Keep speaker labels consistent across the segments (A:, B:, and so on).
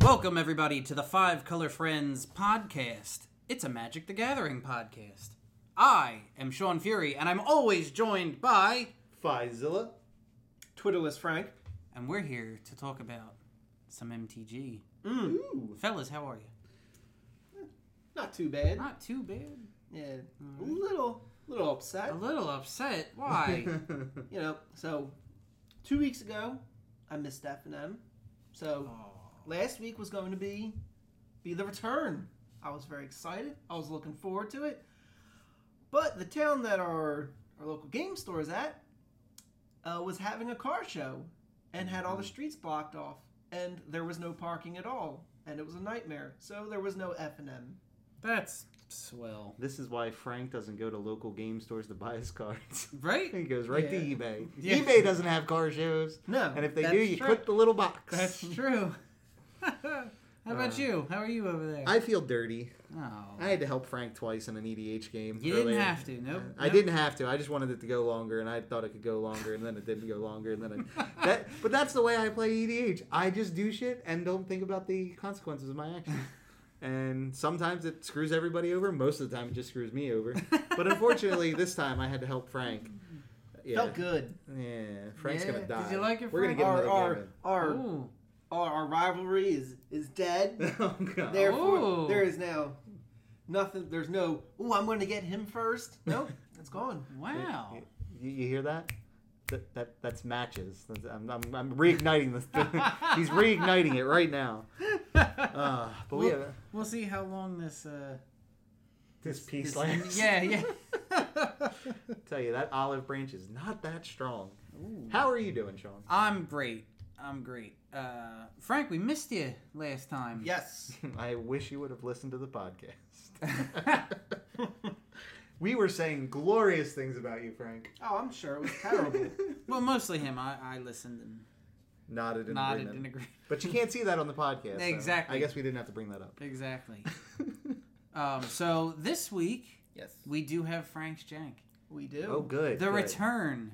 A: Welcome, everybody, to the Five Color Friends podcast. It's a Magic the Gathering podcast. I am Sean Fury, and I'm always joined by.
B: Fizilla.
C: Twitterless Frank.
A: And we're here to talk about some MTG.
B: Ooh.
A: Fellas, how are you?
C: Not too bad.
A: Not too bad.
C: Yeah, a little, little upset.
A: A little upset. Why?
C: You know, so two weeks ago, I missed F and M. So last week was going to be be the return. I was very excited. I was looking forward to it. But the town that our our local game store is at uh, was having a car show and had all the streets blocked off, and there was no parking at all, and it was a nightmare. So there was no F and M.
A: That's swell.
B: This is why Frank doesn't go to local game stores to buy his cards.
A: Right?
B: he goes right to
C: Yeah.
B: eBay.
A: Yeah.
B: eBay doesn't have car shows.
C: No,
B: And if they
C: that's
B: do, you
C: true.
B: click the little box.
A: That's true. how about you? How are you over there?
B: Uh, I feel dirty.
A: oh.
B: I had to help Frank twice in an EDH game.
A: you didn't
B: earlier.
A: have to. Nope.
B: I
A: nope.
B: didn't have to. I just wanted it to go longer, and I thought it could go longer, and then it didn't go longer, and then I, that. But that's the way I play EDH. I just do shit and don't think about the consequences of my actions. And sometimes it screws everybody over. Most of the time, it just screws me over. But unfortunately, this time I had to help Frank. Yeah,
C: Felt good.
B: yeah. Frank's
C: Yeah.
B: gonna die.
A: Did you like it,
B: We're gonna
A: Frank?
B: get
C: our
B: another
C: our,
B: game
C: our,
A: Ooh.
C: our our rivalry is is dead.
B: in. Oh god.
C: Therefore,
A: Ooh.
C: there is now nothing. There's no. Ooh, I'm going to get him first. Nope, it's gone.
A: Wow.
B: You, you hear that? That, that that's matches. That's, I'm, I'm, I'm reigniting this. He's reigniting it right now. Uh, but we
A: Well,
B: have
A: We'll see how long this. uh
B: this piece
A: this- Yeah, yeah.
B: Tell you that olive branch is not that strong. How are you doing, Sean?
A: I'm great. I'm great. Uh, Frank, we missed you last time.
C: Yes.
B: I wish you would have listened to the podcast. we were saying glorious things about you, Frank.
C: Oh, I'm sure it was terrible.
A: Well, mostly him. I, I listened and
B: Nodded in
A: nodded
B: agreement.
A: and agreed.
B: But you can't see that on the podcast. so
A: Exactly.
B: I guess we didn't have to bring that up.
A: Exactly. Um, so this week
C: yes,
A: we do have Frank's Jank.
C: we do.
B: oh, good.
A: The
B: good.
A: return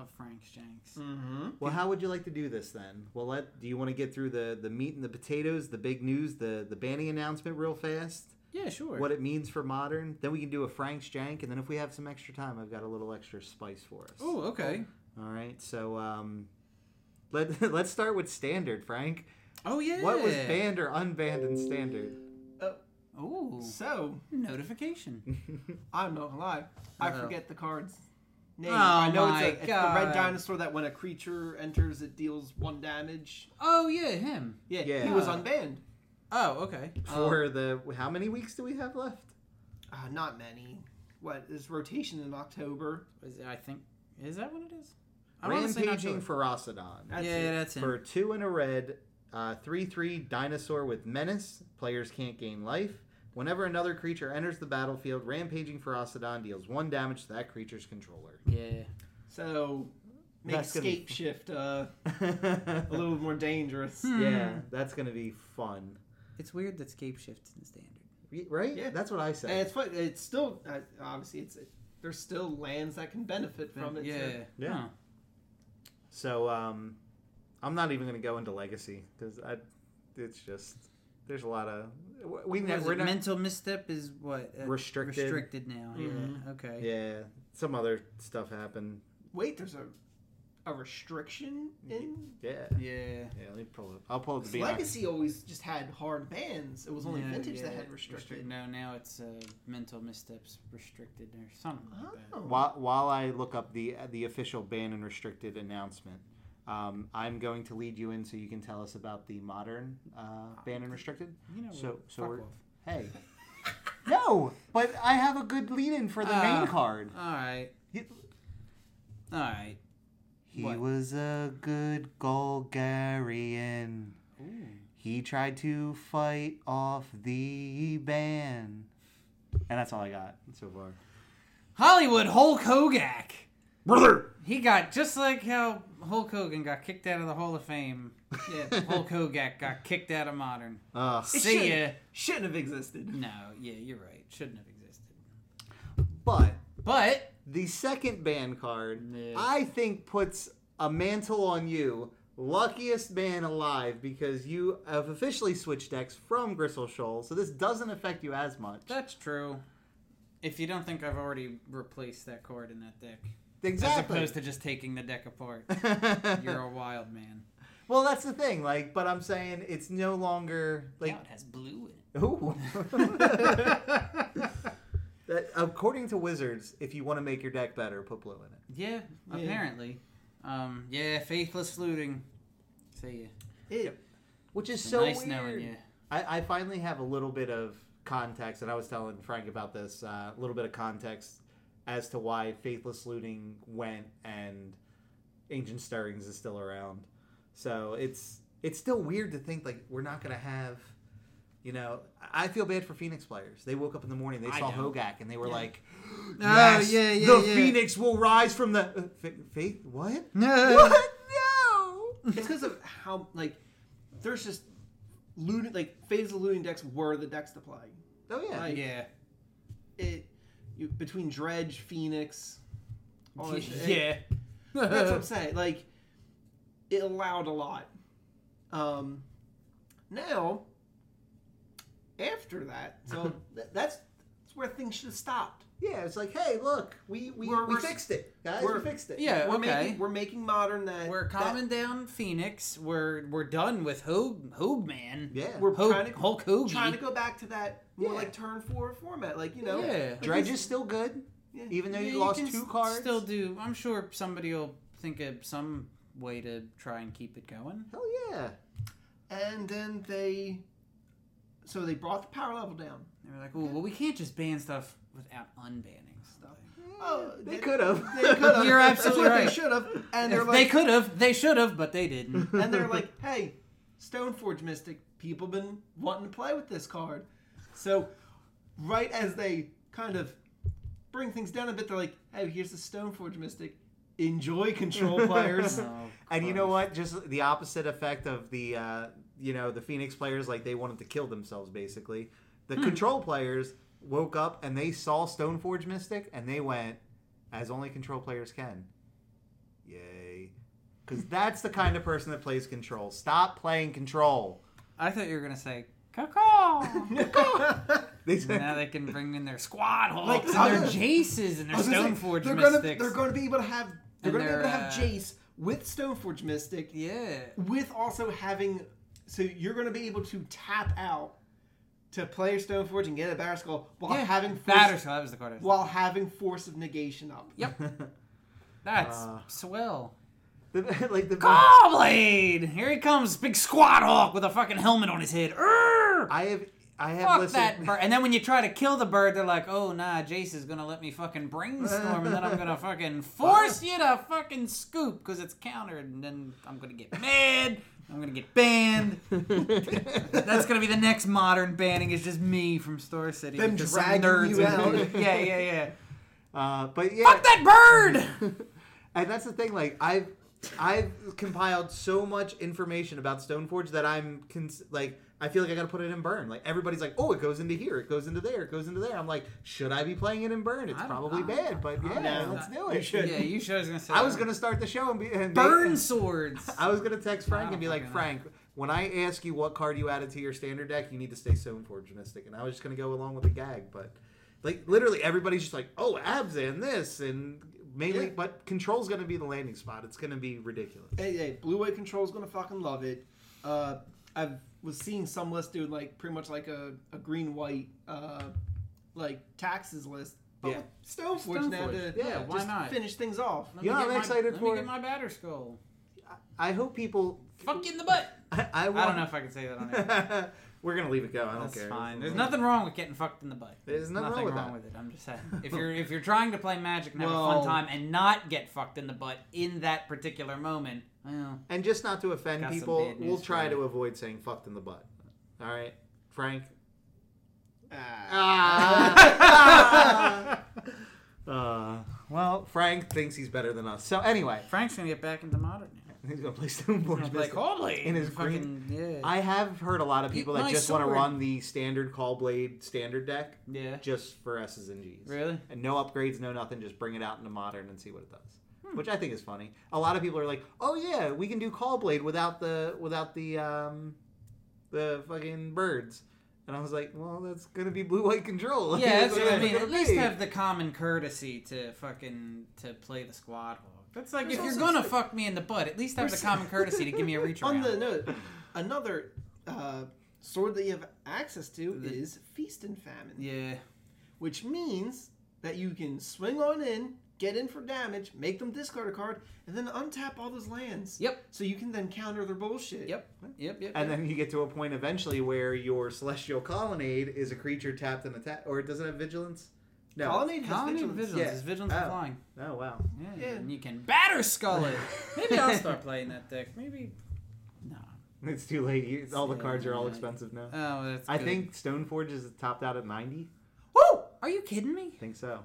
A: of Frank's Janks.
B: Mm.
C: Mm-hmm.
B: Well, how would you like to do this then? Well, let do you want to get through the the meat and the potatoes, the big news, the the banning announcement real fast,
A: Yeah, sure.
B: what it means for modern. Then we can do a Frank's jank, and then if we have some extra time, I've got a little extra spice for us.
A: Oh, okay.
B: All right, so um, let let's start with standard, Frank.
A: Oh yeah.
B: What was banned or unbanned in standard?
A: Oh,
C: So
A: notification.
C: I'm not gonna lie. I
B: Uh-huh.
A: Uh-oh.
C: forget the cards. Name.
A: Oh
C: I know
A: my
C: it's, a, it's the
A: God.
C: red dinosaur that when a creature enters, it deals one damage.
A: Oh yeah, him.
C: Yeah,
B: Yeah.
C: he was unbanned.
A: Oh okay.
B: For the how many weeks do we have left?
C: Uh, not many. What is rotation in October?
A: Is it- I think is that what it is? I'm honestly not
B: Rampaging Ferocidon.
C: That's
A: yeah,
C: it.
A: that's him.
B: For two and a red, uh, 3 3 dinosaur with menace, players can't gain life. Whenever another creature enters the battlefield, Rampaging Ferocidon deals one damage to that creature's controller.
A: yeah.
C: So make
B: That's gonna be-
C: scape shift uh, a little more dangerous.
A: Hmm.
B: yeah, that's going to be fun.
A: It's weird that scape shifts in standard.
B: Y- Right?
C: Yeah.
B: That's what I
C: and
B: said.
C: it's fun. It's still uh, obviously it's there's still lands that can benefit from it.
A: yeah.
C: too.
B: Yeah.
A: Huh.
B: So um, I'm not even going to go into Legacy because it's just, there's a lot of. We,
A: What
B: ne-
A: is
B: we're
A: it?
B: not.
A: mental misstep is what uh,
B: Restricted.
A: restricted now.
C: Mhm.
A: Yeah. Okay.
B: yeah, some other stuff happened.
C: Wait, there's a a restriction
A: Mm-hmm.
C: in
B: Yeah.
A: Yeah.
B: Yeah, let me pull up. I'll pull up the
C: 'cause
B: BNI.
C: Legacy. Always just had hard bans. It was only
A: Yeah,
C: vintage that
A: yeah,
C: had restricted.
A: No, now it's uh, mental missteps restricted or something like that.
C: Oh.
B: While, while I look up the the official ban and restricted announcement, um, I'm going to lead you in so you can tell us about the modern uh, ban and restricted.
A: You know.
B: So so
A: fuck
B: we're
A: off.
B: hey. No, but I have a good lead in for the
A: Ah.
B: main card.
A: All right.
B: He,
A: All right.
B: he
A: What?
B: was a good Golgarian. He tried to fight off the ban. And that's all I got so far.
A: Hollywood Hulk Hogan.
B: Brother!
A: He got just like how Hulk Hogan got kicked out of the Hall of Fame.
C: Yeah.
A: Hulk Hogan got kicked out of modern.
B: Ugh.
C: It
A: See
C: shouldn't-
A: ya.
C: Shouldn't have existed.
A: No. Yeah, you're right. Shouldn't have existed.
B: But
A: But
B: The second ban card,
A: Yeah.
B: I think, puts a mantle on you luckiest man alive because you have officially switched decks from Gristle Shoal, so this doesn't affect you as much.
A: That's true. If you don't think I've already replaced that card in that deck,
B: exactly.
A: as opposed to just taking the deck apart, you're a wild man.
B: well, that's the thing. Like, but I'm saying it's no longer like.
A: now it has blue in it.
B: Ooh. that, according to Wizards, if you want to make your deck better, put blue in it.
A: Yeah,
C: Yeah.
A: apparently. Um, yeah, faithless looting. See ya.
C: It,
B: Which is so
A: nice
B: weird.
A: knowing you.
B: I, I finally have a little bit of context, and I was telling Frank about this. uh, A little bit of context as to why Faithless Looting went and Ancient Stirrings is still around. So it's it's still weird to think like we're not gonna have. You know, I I feel bad for Phoenix players. They woke up in the morning, they
A: I
B: saw
A: know.
B: Hogak, and they were
C: Yeah.
B: like,
A: Oh,
B: "Yes,
A: yeah, yeah,
B: the
A: yeah.
B: Phoenix will rise from the uh, fa- faith." What?
A: No.
B: What? No. Oh,
C: it's because of how like there's just looting like phase of looting decks were the decks to play.
B: Oh yeah.
C: Like,
A: Yeah.
C: It you, between dredge, phoenix, all that Oh, shit.
A: yeah.
C: That's what I'm saying. Like, it allowed a lot. Um, now, after that, so th- that's that's where things should have stopped.
B: Yeah, it's like, hey, look, we we,
C: We're-
B: we
C: we're-
B: fixed it, guys.
C: we're-
B: We fixed it.
A: Yeah,
C: We're
A: okay.
C: making we're making modern that
A: we're
C: that-
A: calming down Phoenix. We're we're done with Hoog Hoog Man.
B: yeah.
C: We're trying
A: Hoog,
C: to-
A: Hulk Hoog.
C: trying to go back to that more
B: Yeah.
C: like turn four format. Like you know,
A: Yeah.
B: Dredge is still good,
C: Yeah.
B: even though you lost
A: can
B: two
A: s-
B: cards.
A: Still do. I'm sure somebody will think of some way to try and keep it going.
B: Hell yeah!
C: and then they, so they brought the power level down.
A: They were like, oh, well, we can't just ban stuff without unbanning stuff.
C: Oh,
B: They
C: they-
B: could have.
C: They could have.
A: You're absolutely right.
C: They should have. And they're
A: If they
C: like,
A: could have. They should have, but they didn't.
C: and they're like, hey, Stoneforge Mystic, people been wanting to play with this card. So, right as they kind of bring things down a bit, they're like, hey, here's the Stoneforge Mystic. Enjoy control players.
A: Oh,
B: And you know
A: Christ.
B: what? Just the opposite effect of the uh, you know the Phoenix players, like they wanted to kill themselves, basically. The control players woke up and they saw Stoneforge Mystic, and they went, as only control players can. Yay! Because that's the kind of person that plays control. Stop playing control.
A: I thought you were gonna say caw.
B: They said-
A: now they can bring in their squad
C: Like,
A: hawks
C: I
A: and their
C: was-
A: Jaces and their
C: I was gonna say,
A: Stoneforge
C: they're gonna,
A: mystics.
C: they're going to be able to have. They're
A: And
C: going to be able to
A: they're,
C: have
A: uh,
C: Jace with Stoneforge Mystic,
A: Yeah.
C: with also having. So you're going to be able to tap out to play your Stoneforge and get a Batter Skull while
A: yeah.
C: having force,
A: batter. So that was the card. I was
C: while having Force of Negation up.
A: Yep. That's
B: Uh,
A: swell.
B: The- like the
A: Gallblade! Here he comes, big squad hawk with a fucking helmet on his head. Urgh!
B: I have I have
A: Fuck that
B: listened.
A: bird. And then when you try to kill the bird, they're like, oh, nah, Jace is gonna let me fucking brainstorm and then I'm gonna fucking force you to fucking scoop because it's countered and then I'm gonna get mad. I'm gonna get banned. That's gonna be the next modern banning is just me from Star City.
C: Them
A: because some
C: dragging
A: nerds
C: you
A: are-
C: out.
A: yeah, yeah, yeah.
B: uh, but yeah,
A: Fuck that bird!
B: and that's the thing. Like I've I've compiled so much information about Stoneforge that I'm cons- like I feel like I gotta put it in burn. Like everybody's like, oh, it goes into here, it goes into there, it goes into there. I'm like, should I be playing it in burn? It's
A: I don't-
B: probably
A: I-
B: bad, but yeah,
C: know.
B: let's do
C: You
B: it.
C: should.
A: Yeah, you sure I was gonna say
B: I
A: that.
B: was gonna start the show and be and
A: burn swords.
B: I was gonna text Frank
A: don't
B: and be like,
A: fucking know.
B: Frank, when I ask you what card you added to your standard deck, you need to stay Stoneforge Mystic. And I was just gonna go along with the gag, but like literally everybody's just like, oh, abs and this and mainly,
C: Yeah.
B: but control's gonna be the landing spot. It's gonna be ridiculous.
C: Hey, hey, Blue White Control's gonna fucking love it. Uh, I was seeing some list doing like pretty much like a, a green white uh, like taxes list. But
B: Yeah.
C: with Stoneforge now to
A: Stoneforge. Yeah, why
C: just
A: not?
C: finish things off.
A: Let
B: You
A: me get
B: know what I'm
A: my-
B: excited
A: let
B: for?
A: me get my batter skull.
B: I hope people.
A: Fuck you in the butt.
B: I, I,
A: I
B: want-
A: don't know if I can say that on air.
B: We're gonna leave it go. I don't
A: That's
B: care.
A: fine. There's nothing wrong with getting fucked in the butt.
B: There's nothing wrong with that.
A: it. I'm just saying. If you're if you're trying to play magic and have a
C: Well-
A: fun time and not get fucked in the butt in that particular moment, well,
B: And just not to offend
A: Got some
B: people,
A: bad
B: we'll
A: news
B: try
A: for you.
B: to avoid saying "fucked in the butt." All right, Frank.
C: Ah.
B: Uh, well, Frank thinks he's better than us. So anyway,
A: Frank's gonna get back into modern now.
B: he's gonna play Stoneforge.
A: I'm like,
B: Mystic.
A: holy,
B: Oh, in his
A: fucking yeah,
B: I have heard a lot of people
A: Eat
B: that
A: my
B: just want to
A: sword.
B: run the standard call blade standard deck
A: yeah,
B: just for S's and G's.
A: really.
B: And no upgrades, no nothing, just bring it out into modern and see what it does.
A: Hmm.
B: which I think is funny. A lot of people are like, "Oh yeah, we can do Call Blade without the without the um, the fucking birds," and I was like, "Well, that's gonna be blue white control."
A: Yeah, that's
B: Like,
A: what I
B: it's
A: mean.
B: gonna
A: At least
B: be.
A: have the common courtesy to fucking to play the squad hog. That's like
C: There's
A: if you're
C: also-
A: gonna fuck me in the butt, at least have the
C: There's-
A: common courtesy to give me a reach
C: On
A: around.
C: the note, another uh, sword that you have access to
A: The-
C: is Feast and Famine,
A: yeah,
C: which means that you can swing on in, get in for damage, make them discard a card, and then untap all those lands.
A: Yep.
C: So you can then counter their bullshit.
A: yep, yep, yep.
B: And
A: yep.
B: then you get to a point eventually where your celestial colonnade is a creature tapped and attack, or it doesn't have vigilance. No.
C: Colonnade has
A: Colony of
C: vigilance.
A: vigilance
B: Yeah.
A: is vigilance
B: Oh.
A: for flying.
B: Oh wow.
A: Yeah,
C: Yeah.
A: Hmm, and you can batter skull it. Maybe I'll start playing that deck. Maybe no.
B: It's too late. You- All the
A: Yeah,
B: cards are all
A: yeah.
B: expensive now.
A: Oh, that's.
B: I
A: good.
B: think Stoneforge is topped out at ninety.
A: Woo! Are you kidding me?
B: I think so.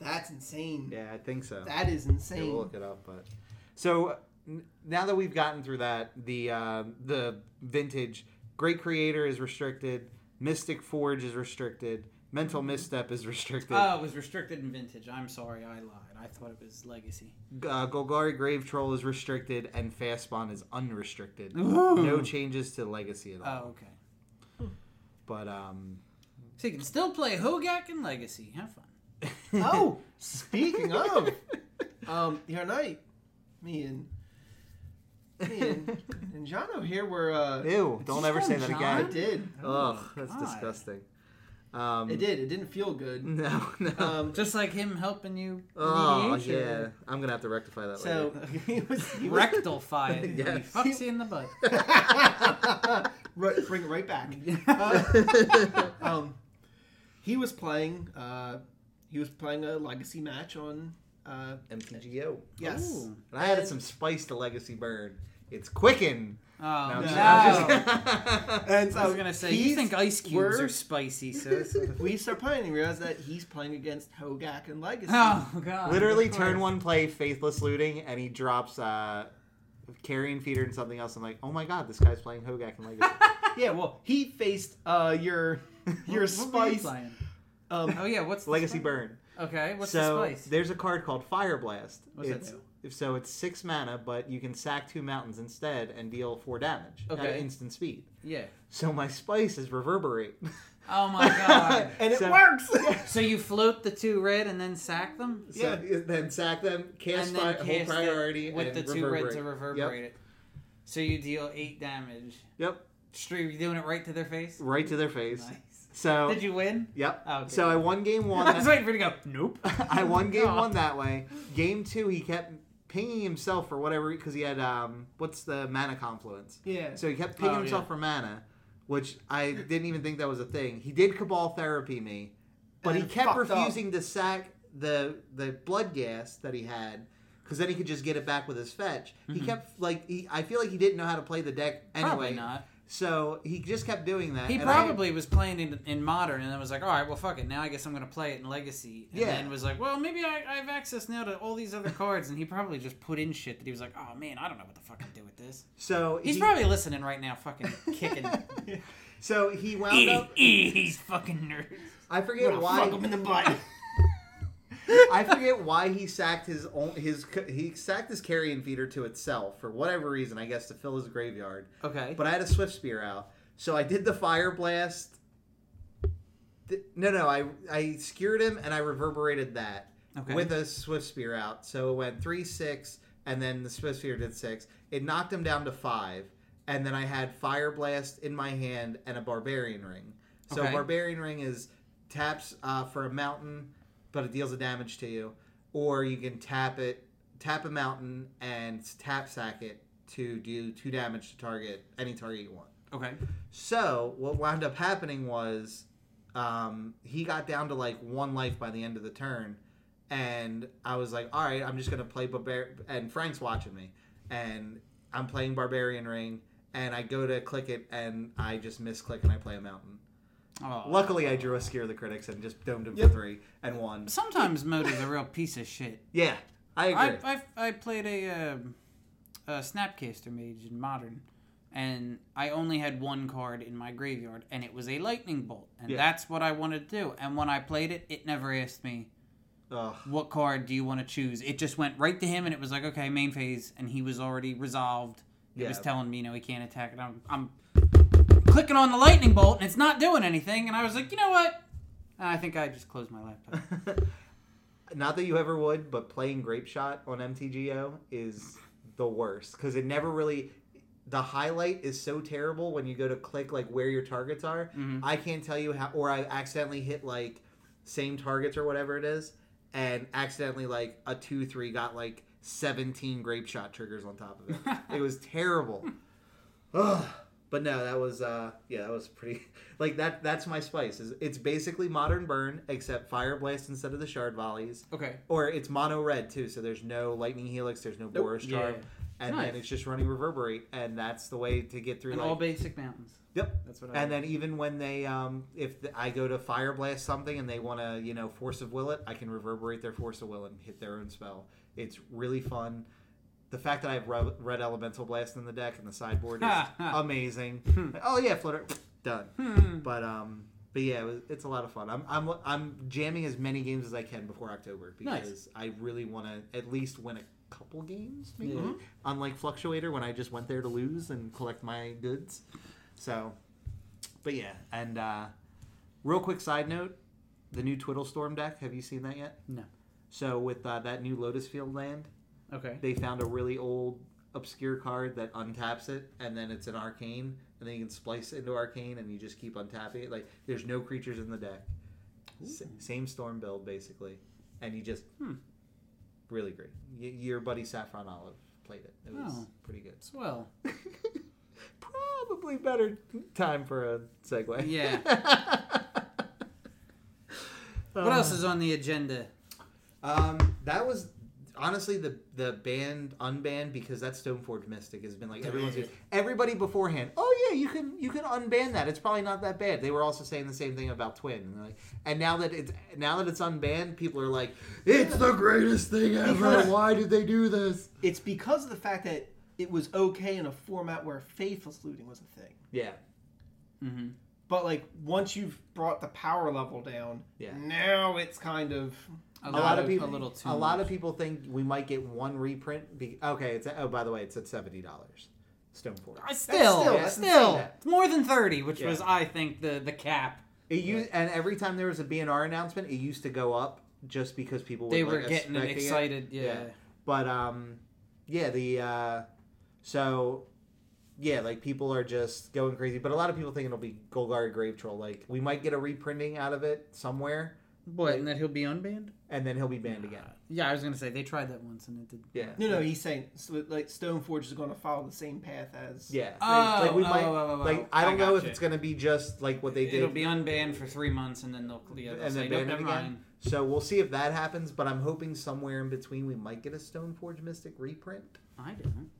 C: That's insane.
B: Yeah, I think so.
C: That is
B: Yeah, we'll
C: insane.
B: look it up. But so n- now that we've gotten through that, the uh, the vintage Great Creator is restricted. Mystic Forge is restricted. Mental Misstep is restricted.
A: Mm-hmm. Oh, it was restricted in vintage. I'm sorry, I lied. I thought it was legacy.
B: G- uh, Golgari Grave Troll is restricted, and Fastbon is unrestricted.
A: Ooh.
B: No changes to Legacy at all.
A: Oh, okay.
B: But um,
A: So you can still play Hogak and Legacy. Have fun.
C: oh, speaking of, um, the other night, me and me and, and Jono here were uh,
B: ew! Don't ever say
A: from
C: I
B: that
A: John?
B: again.
C: did.
B: Ugh,
A: Oh my
B: that's
A: God.
B: disgusting. Um,
C: It did. It didn't feel good.
B: No, no.
C: Um,
A: Just like him helping you.
B: oh
A: mediate your-
B: yeah, I'm gonna have to rectify that
C: so he was, he was
A: Rectal fire. He
B: Yes.
A: fucks you in the butt.
C: right, bring it right back.
A: Oh,
C: Uh, um, he was playing. Uh, he was playing a legacy match on. Uh,
B: later. MTGO.
C: yes.
A: Ooh.
B: And I added some spice to Legacy Burn. It's Quicken.
A: Oh, no.
B: I'm just-
C: no.
B: I'm just-
C: And
A: I was going to say, you
C: he's
A: think ice cubes are
C: worse.
A: spicy, so. it's-
C: we start playing and realize that he's playing against Hogak and Legacy.
A: Oh, God.
B: Literally,
A: Of
B: turn
A: course.
B: one play, Faithless Looting, and he drops uh, Carrion Feeder and something else. I'm like, oh my god, this guy's playing Hogak and Legacy.
C: Yeah, well, he faced uh, your
A: What- what were
C: your
A: you
C: spice.
A: playing?
C: Um,
A: Oh, yeah, what's the
B: Legacy
A: spice?
B: Burn.
A: Okay, what's
B: so
A: the spice?
B: there's a card called Fire Blast.
A: What's that
B: it's,
A: do?
B: if So it's six mana, but you can sack two mountains instead and deal four damage at
A: Okay.
B: instant speed.
A: Yeah.
B: So my spice is Reverberate.
A: Oh, my God.
C: and it
B: So-
C: works.
A: so you float the two red and then sack them?
B: So
C: Yeah.
B: then sack them, cast
A: and then
B: fi-
A: cast
B: whole
A: it
B: priority
A: with
B: and
A: the two red
B: reverberate.
A: to reverberate it. So you deal eight damage.
B: Yep.
A: Street, you doing it right to their face?
B: Right to their face.
A: Nice.
B: So
A: Did you win?
B: Yep.
A: Oh, okay.
B: So I won game one.
A: I was
B: That,
A: waiting for you to go. Nope.
B: I won game
A: Oh.
B: one that way. Game two, he kept pinging himself for whatever because he had um, what's the mana confluence?
C: yeah.
B: So he kept pinging
A: Oh,
B: himself
A: yeah.
B: for mana, which I didn't even think that was a thing. He did cabal therapy me, but
C: And
B: he
C: it
B: kept
C: fucked up.
B: refusing to sack the the blood gas that he had. Because then he could just get it back with his fetch. He kept like he, I feel like he didn't know how to play the deck anyway.
A: Mm-hmm. Probably not.
B: So he just kept doing that.
A: He
B: and I-
A: probably was playing in, in modern, and then was like, "All right, well, fuck it. Now I guess I'm gonna play it in Legacy." And
B: Yeah.
A: then was like, "Well, maybe I, I have access now to all these other cards." And he probably just put in shit that he was like, "Oh man, I don't know what the fuck to do with this."
B: so
A: He's
B: he-
A: probably listening right now, fucking kicking.
B: So he wound
A: Eh,
B: up.
A: eh, He's fucking nerds.
B: I forget
C: Fuck him
B: why.
C: in the butt.
B: I forget why he sacked his own his c- he sacked his carrion feeder to itself for whatever reason. I guess to fill his graveyard.
A: Okay.
B: But I had a swift spear out, so I did the fire blast. Th- No, no, I I skewered him and I reverberated that
A: Okay.
B: with a swift spear out. So it went three six, and then the swift spear did six. It knocked him down to five, and then I had fire blast in my hand and a barbarian ring. So
A: Okay.
B: barbarian ring is taps uh, for a mountain, but it deals a damage to you, or you can tap it, tap a mountain and tap sack it to do two damage to target any target you want.
A: okay.
B: So what wound up happening was um, he got down to like one life by the end of the turn, and I was like, all right, I'm just gonna play barbar. And Frank's watching me, and I'm playing Barbarian Ring, and I go to click it, and I just misclick, and I play a mountain.
A: Oh.
B: Luckily, I drew a scare of the critics and just domed him
C: Yep.
B: for three and won.
A: Sometimes mode is a real piece of shit.
B: Yeah, I agree.
A: I, I, I played a, um a Snapcaster Mage in Modern, and I only had one card in my graveyard, and it was a Lightning Bolt, and
B: Yeah.
A: that's what I wanted to do. And when I played it, it never asked me
B: Ugh.
A: what card do you want to choose? It just went right to him, and it was like, okay, main phase, and he was already resolved. It was
B: Yeah.
A: telling me, you know, he can't attack, and I'm, I'm clicking on the lightning bolt, and it's not doing anything, and I was like, you know what? I think I just closed my laptop.
B: Not that you ever would, but playing Grape Shot on MTGO is the worst because it never really. The highlight is so terrible when you go to click like where your targets are. I can't tell you how, or I accidentally hit like same targets or whatever it is, and accidentally like a two three got like seventeen Grape Shot triggers on top of it. it was terrible. Ugh. But no, that was uh yeah, that was pretty like that that's my spice. Is it's basically modern burn except fire blast instead of the shard volleys.
A: Okay.
B: Or it's mono red too, so there's no lightning helix, there's no
C: Nope.
B: Boris
A: Yeah,
B: charm.
A: yeah.
B: And then
A: Nice.
B: it's just running reverberate and that's the way to get through
A: And
B: like-
A: all basic mountains.
B: Yep.
A: That's what I.
B: And then even when they um if the, I go to fire blast something and they want to, you know, force of will it, I can reverberate their force of will and hit their own spell. It's really fun. The fact that I have Re- red elemental blast in the deck and the sideboard is amazing. oh yeah, flutter done.
A: Hmm.
B: But um but yeah, it was, it's a lot of fun. I'm, I'm I'm jamming as many games as I can before October
A: Nice.
B: because I really want to at least win a couple games maybe.
A: Mm-hmm.
C: Yeah.
B: Unlike Fluctuator when I just went there to lose and collect my goods. So, but yeah, and uh, real quick side note, the new Twiddlestorm deck. Have you seen that yet?
A: No.
B: So with uh, that new Lotus Field land,
A: Okay.
B: they found a really old obscure card that untaps it, and then it's an arcane, and then you can splice it into arcane, and you just keep untapping it. Like there's no creatures in the deck. S- same storm build basically, and you just
A: Hmm.
B: really great. Y- your buddy Saffron Olive played it. It was
A: Oh.
B: pretty good.
A: Swell.
B: Probably better time for a segue.
A: Yeah. What else is on the agenda?
B: Um, that was honestly the the band unbanned because that Stoneforge Mystic has been like everyone's everybody beforehand. Oh yeah, you can you can unban that. It's probably not that bad. They were also saying the same thing about Twin, and they're like, and now that it's now that it's unbanned, people are like, it's the greatest thing ever.
C: Because-
B: Why did they do this?
C: It's because of the fact that it was okay in a format where faithless looting was a thing.
B: Yeah,
A: Mm-hmm.
C: But like once you've brought the power level down,
B: Yeah.
C: now it's kind of
A: A,
B: a lot of people
A: A little too.
B: a lot of people think we might get one reprint. Be, okay, it's oh by the way, it's at seventy dollars. Stoneforge.
A: I still,
C: still-
A: still,
C: that's
B: insane.
A: it's more than thirty, which
B: Yeah.
A: was, I think, the the cap.
B: It used, and every time there was a BNR announcement, it used to go up just because people
A: They
B: would,
A: were
B: like,
A: getting
B: expecting it.
A: excited. Yeah.
B: But um, yeah, the uh, so yeah, like people are just going crazy. But a lot of people think it'll be Golgari Grave Troll. Like we might get a reprinting out of it somewhere,
A: What? And that he'll be unbanned?
B: and then he'll be banned again.
A: Yeah, I was gonna say they tried that once and it did.
B: Yeah.
C: no, no. He's saying so, like Stoneforge is going to follow the same path as
B: Yeah.
A: Oh,
B: like, like we
A: oh,
B: might.
A: oh, oh, oh.
B: Like I
A: I
B: don't know if
A: gotcha.
B: it's gonna be just like what they did.
A: It'll be unbanned for three months and then they'll yeah, they'll
B: And
A: say,
B: then
A: nope,
B: ban it
A: never
B: again?
A: mind.
B: so we'll see if that happens. But I'm hoping somewhere in between we might get a Stoneforge Mystic reprint.
A: I didn't.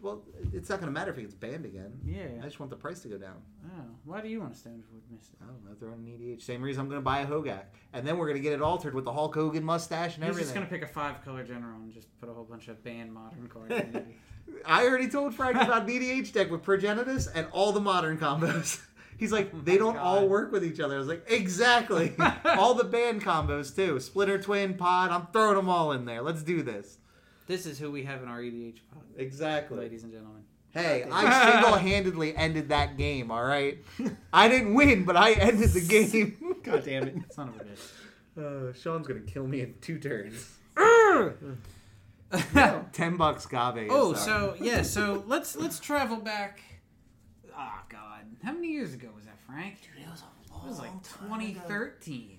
B: Well, it's not going to matter if it gets banned again. I
A: Yeah.
B: just want the price to go down.
A: Oh, why do you want to stand for miss it?
B: I don't know. Throw in an EDH. Same reason I'm going to buy a Hogak. And then we're going to get it altered with the Hulk Hogan mustache and
A: He's
B: everything.
A: just gonna pick a five color general and just put a whole bunch of banned modern cards. in it.
B: I already told Frank about an EDH deck with Progenitus and all the modern combos. He's like, they don't all
A: Oh God.
B: work with each other. I was like, exactly. all the band combos, too. Splitter, Twin, Pod. I'm throwing them all in there. Let's do this.
A: This is who we have in our EDH pod,
B: Exactly.
A: ladies and gentlemen.
B: Hey, I single handedly ended that game, all right? I didn't win, but I ended the game.
C: God damn it.
A: Son of a bitch.
B: Uh, Sean's gonna kill me in two turns.
C: No.
B: Ten bucks, Gabe.
A: Oh,
B: is, uh,
A: so yeah, so let's let's travel back. Ah, God, how many years ago was that, Frank?
C: Dude, it was a
A: It was
C: long
A: like
C: time ago.
A: 2013.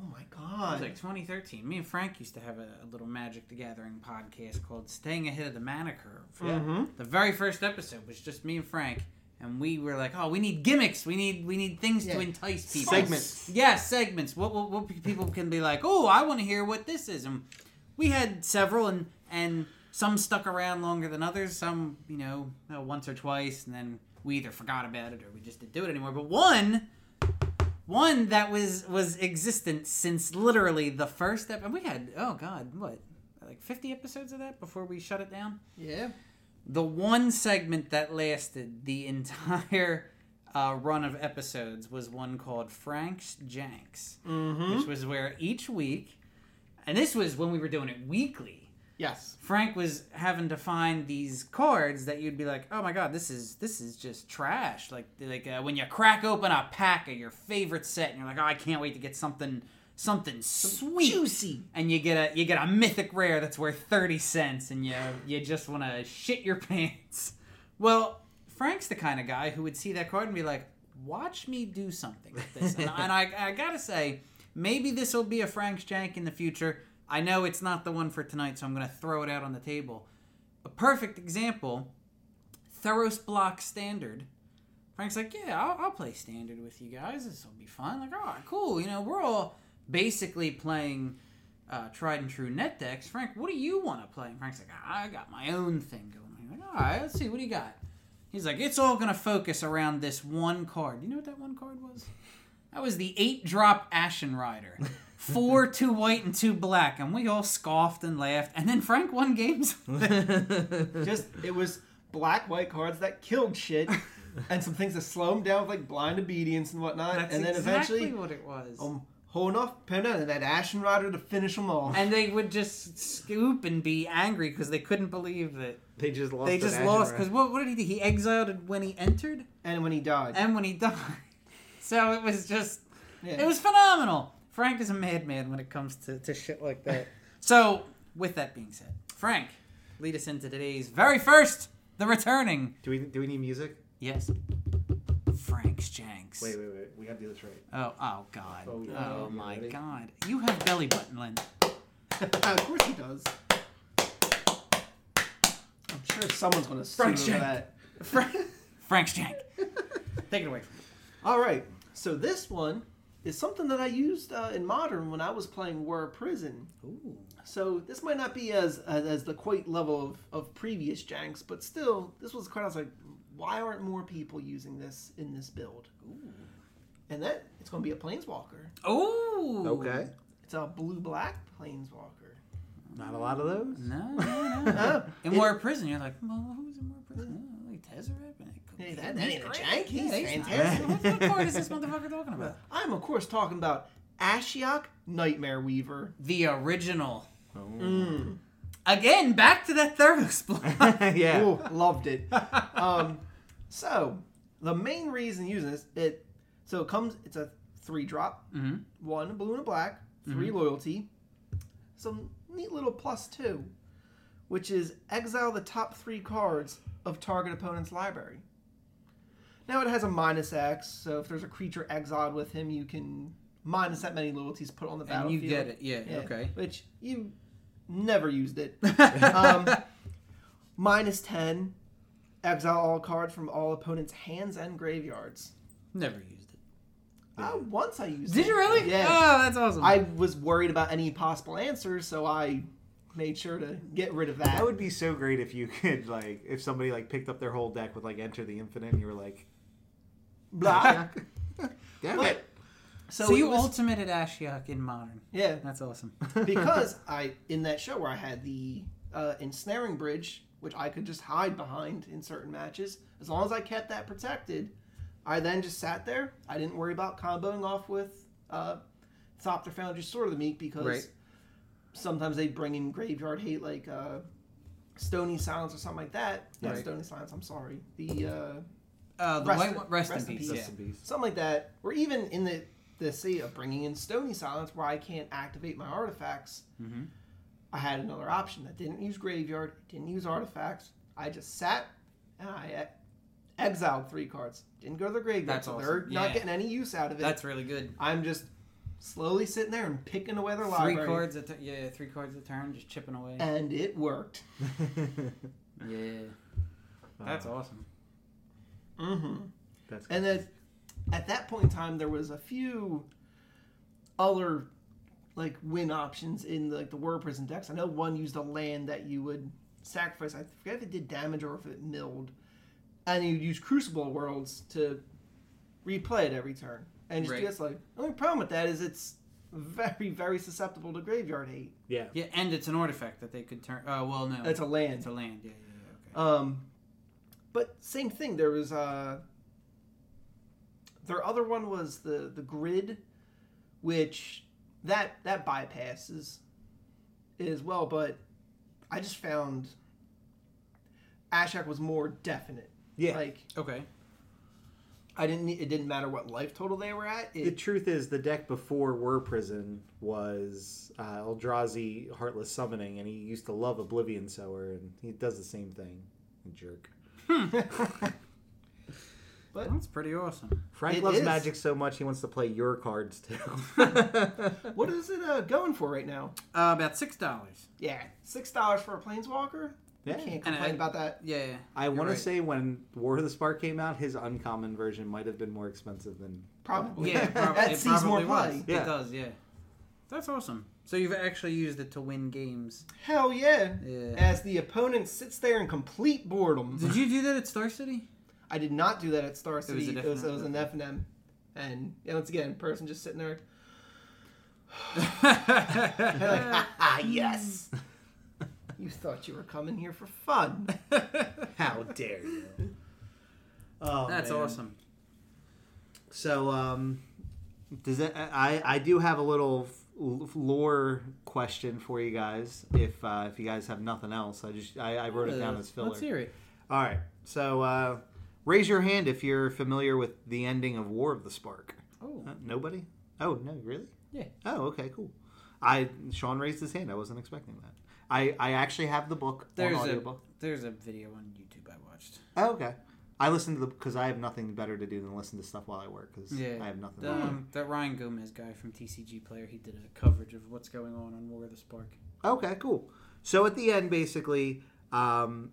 C: Oh my
A: It
C: god.
A: was like 2013. Me and Frank used to have a, a little Magic the Gathering podcast called "Staying Ahead of the Mana Curve."
B: Yeah.
C: Mhm.
A: The very first episode was just me and Frank, and we were like, "Oh, we need gimmicks. We need we need things
C: Yeah.
A: to entice people."
B: segments.
A: Yeah, segments. What, what, what people can be like, oh, I want to hear what this is. And we had several, and and some stuck around longer than others. Some, you know, uh, once or twice, and then we either forgot about it or we just didn't do it anymore. But one, one that was was existent since literally the first ep And we had, oh god, what, like fifty episodes of that before we shut it down
C: Yeah.
A: the one segment that lasted the entire uh, run of episodes was one called Frank's Janks,
C: Mm-hmm.
A: which was where each week and this was when we were doing it weekly.
C: Yes.
A: Frank was having to find these cards that you'd be like, "Oh my god, this is this is just trash." Like like uh, when you crack open a pack of your favorite set and you're like, "Oh, I can't wait to get something something sweet."
C: Juicy.
A: And you get a you get a mythic rare that's worth 30 cents and you you just want to shit your pants. Well, Frank's the kind of guy who would see that card and be like, "Watch me do something with this." And, and I I got to say, maybe this will be a Frank's jank in the future. I know it's not the one for tonight, so I'm going to throw it out on the table. A perfect example, Theros block standard. Frank's like, yeah, I'll, I'll play standard with you guys. This will be fun. Like, oh, cool. You know, we're all basically playing uh, tried and true net decks. Frank, what do you want to play? And Frank's like, I got my own thing going. I'm like, all right, let's see. What do you got? He's like, it's all going to focus around this one card. You know what that one card was? That was the eight drop Ashen Rider. Four, two white, and two black. And we all scoffed and laughed. And then Frank won games.
C: Just it was black white cards that killed shit, and some things that slow him down with like blind obedience and whatnot,
A: That's
C: and then
A: exactly
C: eventually
A: what it was.
C: um, holding off Penna and that Ashen Rider to finish them all.
A: and they would just scoop and be angry because they couldn't believe that
B: They just lost.
A: they
B: an
A: just
B: Azure
A: lost.
B: round.
A: Because what, what did he do? He exiled when he entered
C: And when he died,
A: and when he died. So it was just,
C: Yeah.
A: it was phenomenal. Frank is a madman when it comes to, to shit like that. so, with that being said, Frank, lead us into today's very first, the returning.
B: do we do we need music?
A: Yes. Frank's Janks.
B: Wait, wait, wait. We gotta do this right.
A: Oh, oh, God.
B: Oh,
A: Oh,
B: yeah. You
A: my
B: ready?
A: God. You have belly button, Lynn.
C: of course he does. I'm sure someone's gonna sue
B: Frank
C: him for
B: Shank.
C: that.
A: Frank's Jank. Take it away.
C: All right. So this one is something that I used uh, in modern when I was playing War Prison.
A: Ooh.
C: So this might not be as as, as the quite level of, of previous janks, but still, this was quite. I was like, why aren't more people using this in this build? And that it's going to be a planeswalker.
A: Ooh.
B: Okay.
C: It's a blue black planeswalker.
B: Not a lot of those.
A: No, no, no.
C: Oh,
A: In War Prison, you're like, well, who's in War Prison? Oh, like Tezzeret? That could
C: Hey,
A: be-
C: that
A: that'd be
C: ain't a
A: great.
C: jank. He's
A: Yeah, not-
C: fantastic.
A: What kind of card is this motherfucker talking about?
C: I'm of course talking about Ashiok Nightmare Weaver.
A: The original. Mm.
B: Oh.
A: Again, back to that Mm-hmm. Theros block.
B: yeah.
C: Ooh, loved it. um, so the main reason using this, it so it comes. It's a three drop,
A: Mhm.
C: one blue and a black, 3
A: Mm-hmm.
C: loyalty, some neat little plus two, which is exile the top three cards of target opponent's library. Now it has a minus X, so if there's a creature exiled with him, you can minus that many loyalties put on the
A: and you
C: battlefield.
A: get it. Yeah,
C: Yeah,
A: okay.
C: Which you never used it. um, minus 10, exile all cards from all opponents' hands and graveyards.
A: Never used it.
C: Uh, once I used it.
A: Did you really?
C: Yeah.
A: Oh, that's awesome.
C: I was worried about any possible answers, so I made sure to get rid of that.
B: That would be so great if you could like if somebody like picked up their whole deck with like Enter the Infinite and you were like,
C: blah.
B: damn
C: But-
B: it.
C: So,
A: so
C: it
A: you
C: was-
A: ultimated Ashiok in modern.
C: yeah,
A: That's awesome.
C: because I in that show where I had the uh, ensnaring bridge, which I could just hide behind in certain matches, as long as I kept that protected, I then just sat there. I didn't worry about comboing off with uh, Thopter Foundry's Sword of the Meek because
A: Right.
C: sometimes they bring in graveyard hate like uh, Stony Silence or something like that. Not
B: Right.
C: Stony Silence. I'm sorry. The uh,
A: Uh, the
C: Rest-
A: white one, rest, in peace.
B: Rest in peace.
C: something like that, or even in the the sea of bringing in Stony Silence, where I can't activate my artifacts.
A: Mhm.
C: I had another option that didn't use graveyard, didn't use artifacts. I just sat and I e- exiled three cards. Didn't go to the graveyard,
A: That's
C: so
A: awesome.
C: they're
A: Yeah.
C: not getting any use out of
A: Yeah.
C: it.
A: That's really good.
C: I'm just slowly sitting there and picking away their
A: Three
C: library,
A: cards a tu- yeah, three cards a turn, just chipping away.
C: and it worked.
A: Yeah, that's awesome.
C: hmm
B: That's
C: And then at that point in time, there was a few other like win options in like the word prison decks. I know one used a land that you would sacrifice. I forget if it did damage or if it milled, and you'd use Crucible Worlds to replay it every turn. And just do
A: Right.
C: this like the only problem with that is it's very very susceptible to graveyard hate.
B: yeah.
A: Yeah, and it's an artifact that they could turn. Oh well, no,
C: It's a land.
A: It's a land. Yeah, yeah, yeah. Okay.
C: Um, but same thing. There was uh, their other one was the the grid, which that that bypasses as well, but I just found Ashak was more definite.
B: Yeah.
C: Like
A: Okay.
C: I didn't. need- It didn't matter what life total they were at.
B: The
C: It,
B: truth is, the deck before Were Prison was uh, Eldrazi Heartless Summoning, and he used to love Oblivion Sower, and he does the same thing. Jerk.
C: but
A: That's pretty awesome.
B: Frank
C: It
B: loves
C: is.
B: Magic so much he wants to play your cards too.
C: what is it uh, going for right now?
A: Uh, about six dollars.
C: Yeah, six dollars for a planeswalker. You
B: Yeah.
C: can't
A: And
C: complain
A: I-
C: about that.
A: Yeah. yeah.
B: I
A: You're
B: want
A: right.
B: to say when War of the Spark came out, his uncommon version might have been more expensive than
C: Probably.
A: Yeah, it prob-
C: that
A: it
C: sees more
A: probably was.
C: play.
B: Yeah.
A: It does. Yeah. That's awesome. So you've actually used it to win games.
C: Hell yeah.
A: Yeah.
C: As the opponent sits there in complete boredom.
A: Did you do that at Star City?
C: I did not do that at Star City.
A: an
C: It was, it was
A: FNM.
C: an FNM. And yeah, once again, person just sitting there. they're like, ha ha, Ah, yes. you thought you were coming here for fun.
B: How dare you? Oh,
A: That's
B: man.
A: awesome.
B: So, um, does that, I I do have a little f- lore question for you guys. If uh, if you guys have nothing else, I just I, I wrote it down as filler.
A: Uh, Let's hear it.
B: All right. So, uh, raise your hand if you're familiar with the ending of War of the Spark.
A: Oh.
B: Uh, nobody? Oh no, really?
A: Yeah.
B: Oh, okay, cool. I Sean raised his hand. I wasn't expecting that. I, I actually have the book
A: There's
B: on
A: a
B: audiobook.
A: there's a video on YouTube I watched.
B: Oh, okay. I listen to the because I have nothing better to do than listen to stuff while I work because
A: Yeah.
B: Hmm. I have nothing.
A: The,
B: else.
A: um, that Ryan Gomez guy from TCG Player, he did a coverage of what's going on on War of the Spark.
B: Okay, cool. So at the end, basically, um,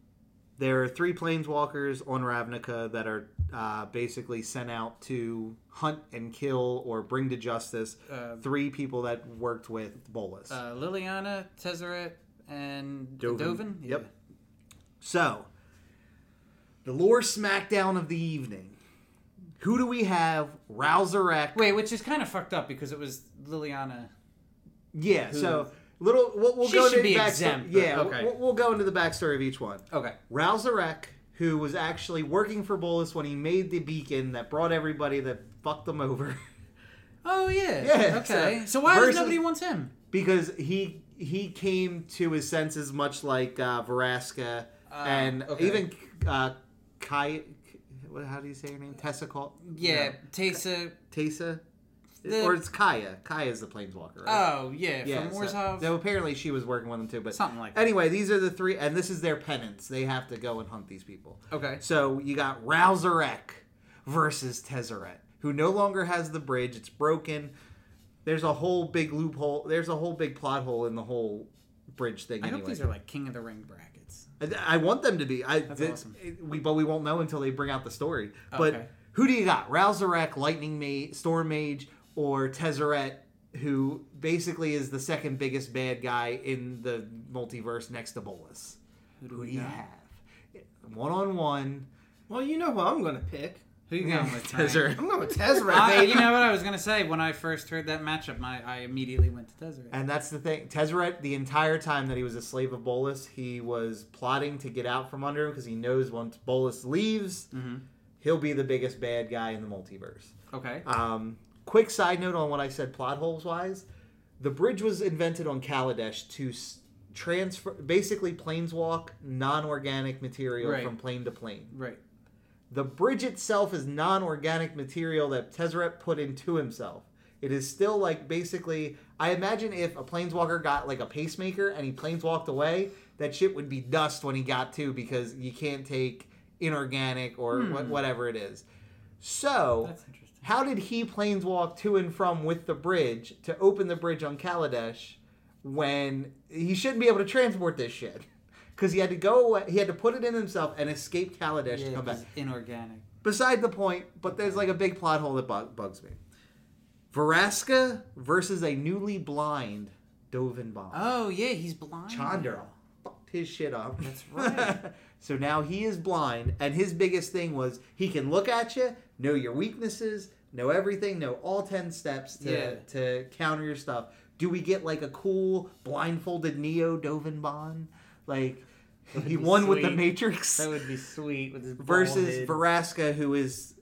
B: there are three planeswalkers on Ravnica that are uh, basically sent out to hunt and kill or bring to justice
A: Uh,
B: three people that worked with Bolus.
A: uh, Liliana, Tezzeret, and
B: Dovin.
A: Dovin.
B: Yep. so, the lore smackdown of the evening. Who do we have? Rouserak.
A: Wait, which is kind of fucked up because it was Liliana.
B: Yeah. So little. We'll, we'll
A: She
B: go
A: should
B: into
A: be
B: the backsto-
A: exempt, but-
B: Yeah.
A: okay.
B: We'll, we'll go into the backstory of each one.
A: Okay.
B: Rousarek, who was actually working for Bolus when he made the beacon that brought everybody that fucked them over,
A: Oh yeah.
B: Yeah,
A: Okay.
B: so-
A: So, why
B: versus-
A: does nobody wants him?
B: because he he came to his senses much like uh, Veraska
A: Uh,
B: and
A: okay.
B: even uh, Kai. What, how do you say her name? Tessa Call?
A: Yeah,
B: No.
A: Tesa.
B: Tessa.
A: The-
B: or it's Kaya. Kaya's the planeswalker, right?
A: Oh yeah,
B: yeah,
A: from
B: so-
A: Warzhov.
B: so apparently she was working with them too, but
A: Something like that.
B: anyway, these are the three, and this is their penance. They have to go and hunt these people.
A: Okay.
B: So you got Rousarek versus Tezzeret, who no longer has the bridge. It's broken. There's a whole big loophole. There's a whole big plot hole in the whole bridge thing.
A: I
B: anyway,
A: hope these are like King of the Ring brackets.
B: I- I want them to be. I
A: That's
B: th-
A: awesome.
B: we but we won't know until they bring out the story. But who do you got? Rousarek, Lightning Mage, Storm Mage, or Tezzeret, who basically is the second biggest bad guy in the multiverse next to Bolus.
A: Who do
B: Who do
A: we
B: you
A: got?
B: have? One on one.
C: Well, you know who I'm going to pick.
A: Who you going with? Tank?
B: Tezzeret.
C: I'm going with Tezzeret,
A: I,
C: baby.
A: you know what I was gonna say when I first heard that matchup, my I immediately went to Desiree.
B: And that's the thing. Tezzeret, the entire time that he was a slave of Bolus, he was plotting to get out from under him because he knows once Bolus leaves,
A: Mm-hmm.
B: he'll be the biggest bad guy in the multiverse.
A: Okay.
B: Um, quick side note on what I said plot holes wise. The bridge was invented on Kaladesh to s- transfer, basically planeswalk non-organic material
A: Right.
B: from plane to plane.
A: Right.
B: The bridge itself is non organic material that Tezzeret put into himself. It is still like basically, I imagine if a planeswalker got like a pacemaker and he planeswalked away, that shit would be dust when he got to because you can't take inorganic or wha- whatever it is. So,
A: Hmm. That's interesting.
B: how did he planeswalk to and from with the bridge to open the bridge on Kaladesh when he shouldn't be able to transport this shit? Because he had to go away, he had to put it in himself and escape Kaladesh to
A: Yeah,
B: come back.
A: 'cause inorganic.
B: Beside the point, but there's like a big plot hole that bug- bugs me. Veraska versus a newly blind Dovin Bomb.
A: Oh yeah, he's blind.
B: Chandra fucked his shit up.
A: That's right.
B: so now he is blind, and his biggest thing was he can look at you, know your weaknesses, know everything, know all 10 steps to,
A: Yeah.
B: to counter your stuff. Do we get like a cool blindfolded Neo Dovin Bond? Like, he
A: be
B: won with the
A: sweet.
B: Matrix
A: That would be sweet with his bald
B: versus
A: head.
B: Veraska, who is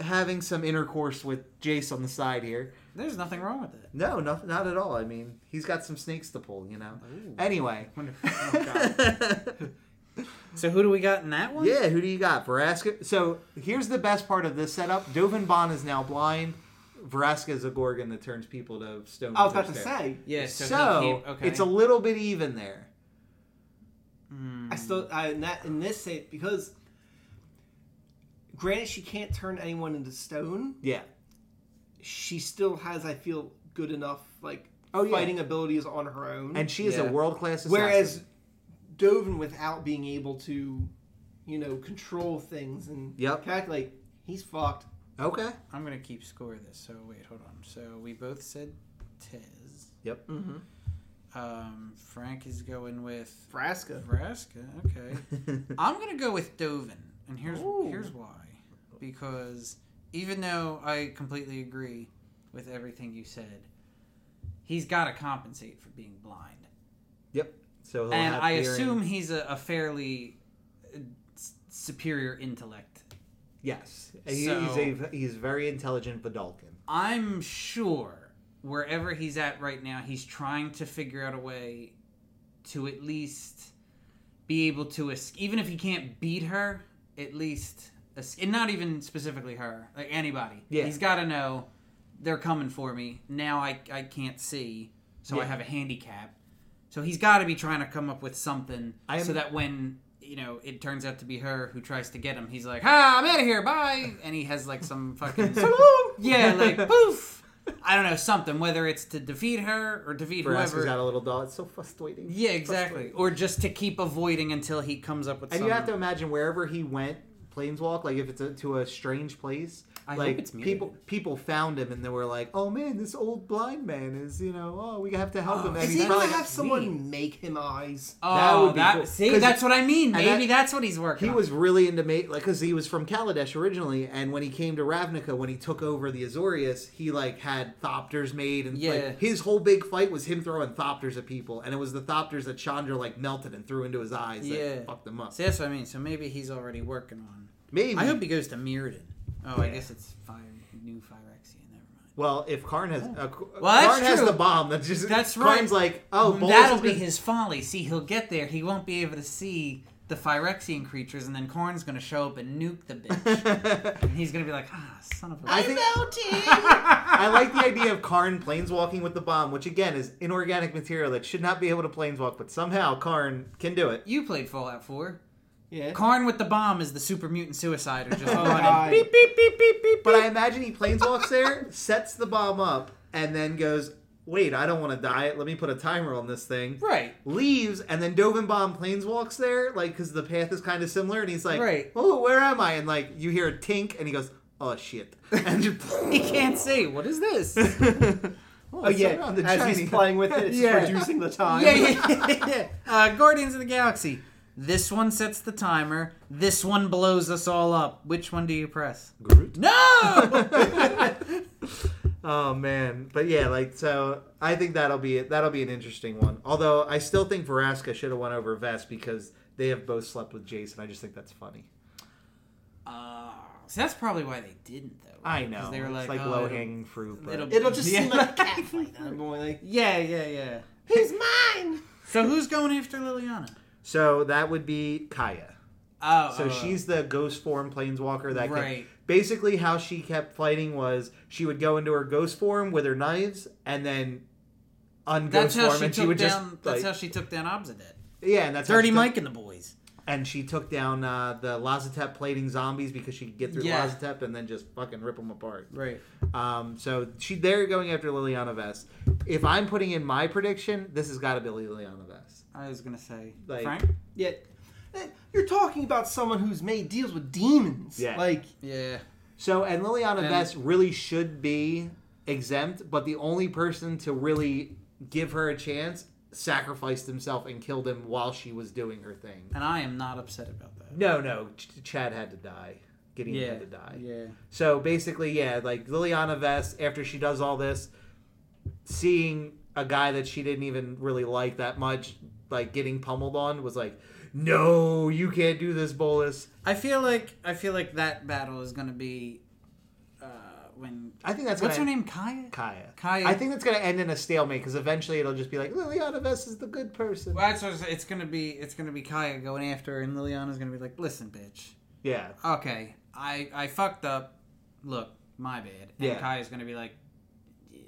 B: having some intercourse with Jace on the side here.
A: There's nothing wrong with it.
B: No, not, not at all. I mean, he's got some snakes to pull, you know.
A: Ooh.
B: Anyway.
A: Wonderful. Oh, God.
C: oh,
A: So who do we got in that one?
B: yeah, who do you got? Veraska. So here's the best part of this setup. Dovin Bond is now blind. Veraska is a gorgon that turns people to stone.
C: I was
B: with
C: about to
B: her stare.
C: say.
A: Yeah. So,
B: So,
A: he came- okay.
B: it's a little bit even there.
A: Hmm.
C: I still I in that in this state because granted she can't turn anyone into stone,
B: Yeah.
C: she still has I feel good enough like
B: Oh, yeah.
C: fighting abilities on her own.
B: And she is a
A: Yeah.
B: world class assassin.
C: whereas Dovin without being able to, you know, control things and
B: Yep.
C: calculate, he's fucked.
B: Okay.
A: I'm gonna keep score of this. So wait, hold on. So we both said Tez.
C: Mm-hmm.
A: Um, Frank is going with
C: Frasca.
A: Nebraska. Okay. I'm gonna go with Dovin, and here's
C: Ooh.
A: here's why. Because even though I completely agree with everything you said, he's got to compensate for being blind,
B: so he'll
A: and
B: have
A: I
B: hearing.
A: assume he's a, a fairly uh, s- superior intellect.
B: yes, He-
A: So-
B: he's a he's very intelligent Vidalkin.
A: I'm sure wherever he's at right now, he's trying to figure out a way to at least be able to es- even if he can't beat her, at least es- and not even specifically her, like anybody.
B: Yeah.
A: He's got to know they're coming for me. Now I I can't see, so I
B: Yeah.
A: have a handicap. So he's got to be trying to come up with something
B: I am-
A: so that when you know it turns out to be her who tries to get him, he's like, "Ha, I'm out of here, bye!" And he has like some fucking yeah, like poof. I don't know something. Whether it's to defeat her or defeat
B: Veraska's
A: whoever.
B: got a little doll. It's so frustrating.
A: yeah, exactly. Or just to keep avoiding until he comes up with.
B: And
A: some,
B: you have to imagine wherever he went, planeswalk. Like if it's a, to a strange place,
A: I hope
B: like
A: it's muted.
B: people people found him and they were like, "Oh man, this old blind man is you know, oh we have to help him." And
C: Is
B: he's
C: he
B: probably
C: gonna
B: got-
C: have someone make him eyes?
A: Oh,
B: That
A: that
B: would be cool.
A: see,
B: 'Cause-
A: that's what I mean.
B: and
A: Maybe that's what he's working.
B: He
A: on.
B: was really into mate, like, cause he was from Kaladesh originally, and when he came to Ravnica, when he took over the Azorius, he like had thopters made, and
A: Yeah.
B: like his whole big fight was him throwing thopters at people, and it was the thopters that Chandra like melted and threw into his eyes
A: Yeah.
B: that fucked him up.
A: See, that's what I mean. So maybe he's already working on.
B: Maybe.
A: I hope he goes to Mirrodin. Oh, I
B: Yeah.
A: guess it's Fire New Phyrexian. Never mind.
B: well, if Karn has, uh,
A: Well, that's
B: Karn has
A: true.
B: the bomb. That's just
A: That's
B: Karn's
A: right.
B: like, oh, Bolus
A: Mm, That'll
B: is
A: be
B: gonna-
A: his folly. See, he'll get there. He won't be able to see the Phyrexian creatures, and then Korn's gonna show up and nuke the bitch. and he's gonna be like, ah, son of a.
B: I think- I like the idea of Karn planeswalking with the bomb, which again is inorganic material that should not be able to planeswalk, but somehow Karn can do it.
A: You played Fallout 4.
C: Yeah.
A: Karn with the bomb is the super mutant suicider. Just
C: Oh,
A: going and
C: God.
A: beep, beep, beep, beep, beep.
B: But I imagine he planeswalks there, sets the bomb up, and then goes, wait, I don't want to die. Let me put a timer on this thing.
A: Right.
B: Leaves, and then Dovenbaum planeswalks there, like, because the path is kind of similar, and he's like,
A: Right.
B: oh, where am I? And, like, you hear a tink, and he goes, oh, shit. And just,
A: He can't say, what is this? yeah,
C: Oh yeah, as he's playing with it, it's just
A: Yeah.
C: reducing the time.
A: yeah, yeah. Uh, Guardians of the Galaxy. This one sets the timer. This one blows us all up. Which one do you press?
B: Groot.
A: No!
B: Oh man, but yeah, like so. I think that'll be it. That'll be an interesting one. Although I still think Veraska should have won over Vest because they have both slept with Jason. I just think that's funny.
A: uh, so that's probably why they didn't, though.
B: I
A: 'Cause
B: know
A: They were like,
B: it's like
A: oh,
B: low
A: it'll-
B: hanging fruit. But...
A: it'll-
C: It'll just
A: Yeah.
C: seem like a cat fight. I'm going like,
A: Yeah, yeah, yeah.
C: he's mine.
A: So who's going after Liliana?
B: So that would be Kaya.
A: Oh,
B: So
A: oh,
B: she's the ghost form planeswalker that
A: Right.
B: can, basically how she kept fighting was she would go into her ghost form with her knives and then unghost
A: That's how
B: form
A: she
B: and
A: took
B: she would
A: down.
B: just
A: that's
B: like,
A: how she took down Obsidet.
B: yeah and that's how
A: Dirty
B: she took-
A: Mike and the boys.
B: and she took down uh, the Lazatep plating zombies because she could get through
A: Yeah.
B: Lazatep and then just fucking rip them apart.
A: Right.
B: Um, so she they're going after Liliana Vest. If I'm putting in my prediction, this has got to be Liliana Vest.
A: I was gonna say
B: Like-
A: Frank.
C: Yeah. Eh, You're talking about someone who's made deals with demons.
B: Yeah.
C: Like,
A: Yeah.
B: So and Liliana
A: And-
B: Vest really should be exempt, but the only person to really give her a chance sacrificed himself and killed him while she was doing her thing.
A: And I am not upset about that.
B: No, no, Ch- Chad had to die. Gideon
A: yeah.
B: had to die.
A: Yeah.
B: So basically, yeah, like Liliana Vest, after she does all this, seeing a guy that she didn't even really like that much, like getting pummeled on, was like, no, you can't do this, Bolus.
A: I feel like I feel like that battle is gonna be uh, when
B: I think that's
A: what's her
B: gonna-
A: name? Kaya.
B: Kaya.
A: Kaya.
B: I think that's gonna end in a stalemate because eventually it'll just be like Liliana Vess is the good person.
A: Well, that's what I was- it's gonna be. It's gonna be Kaya going after, her, and Liliana's gonna be like, "Listen, bitch.
B: Yeah.
A: Okay, I I fucked up. Look, my bad." And
B: Yeah.
A: Kaya's gonna be like,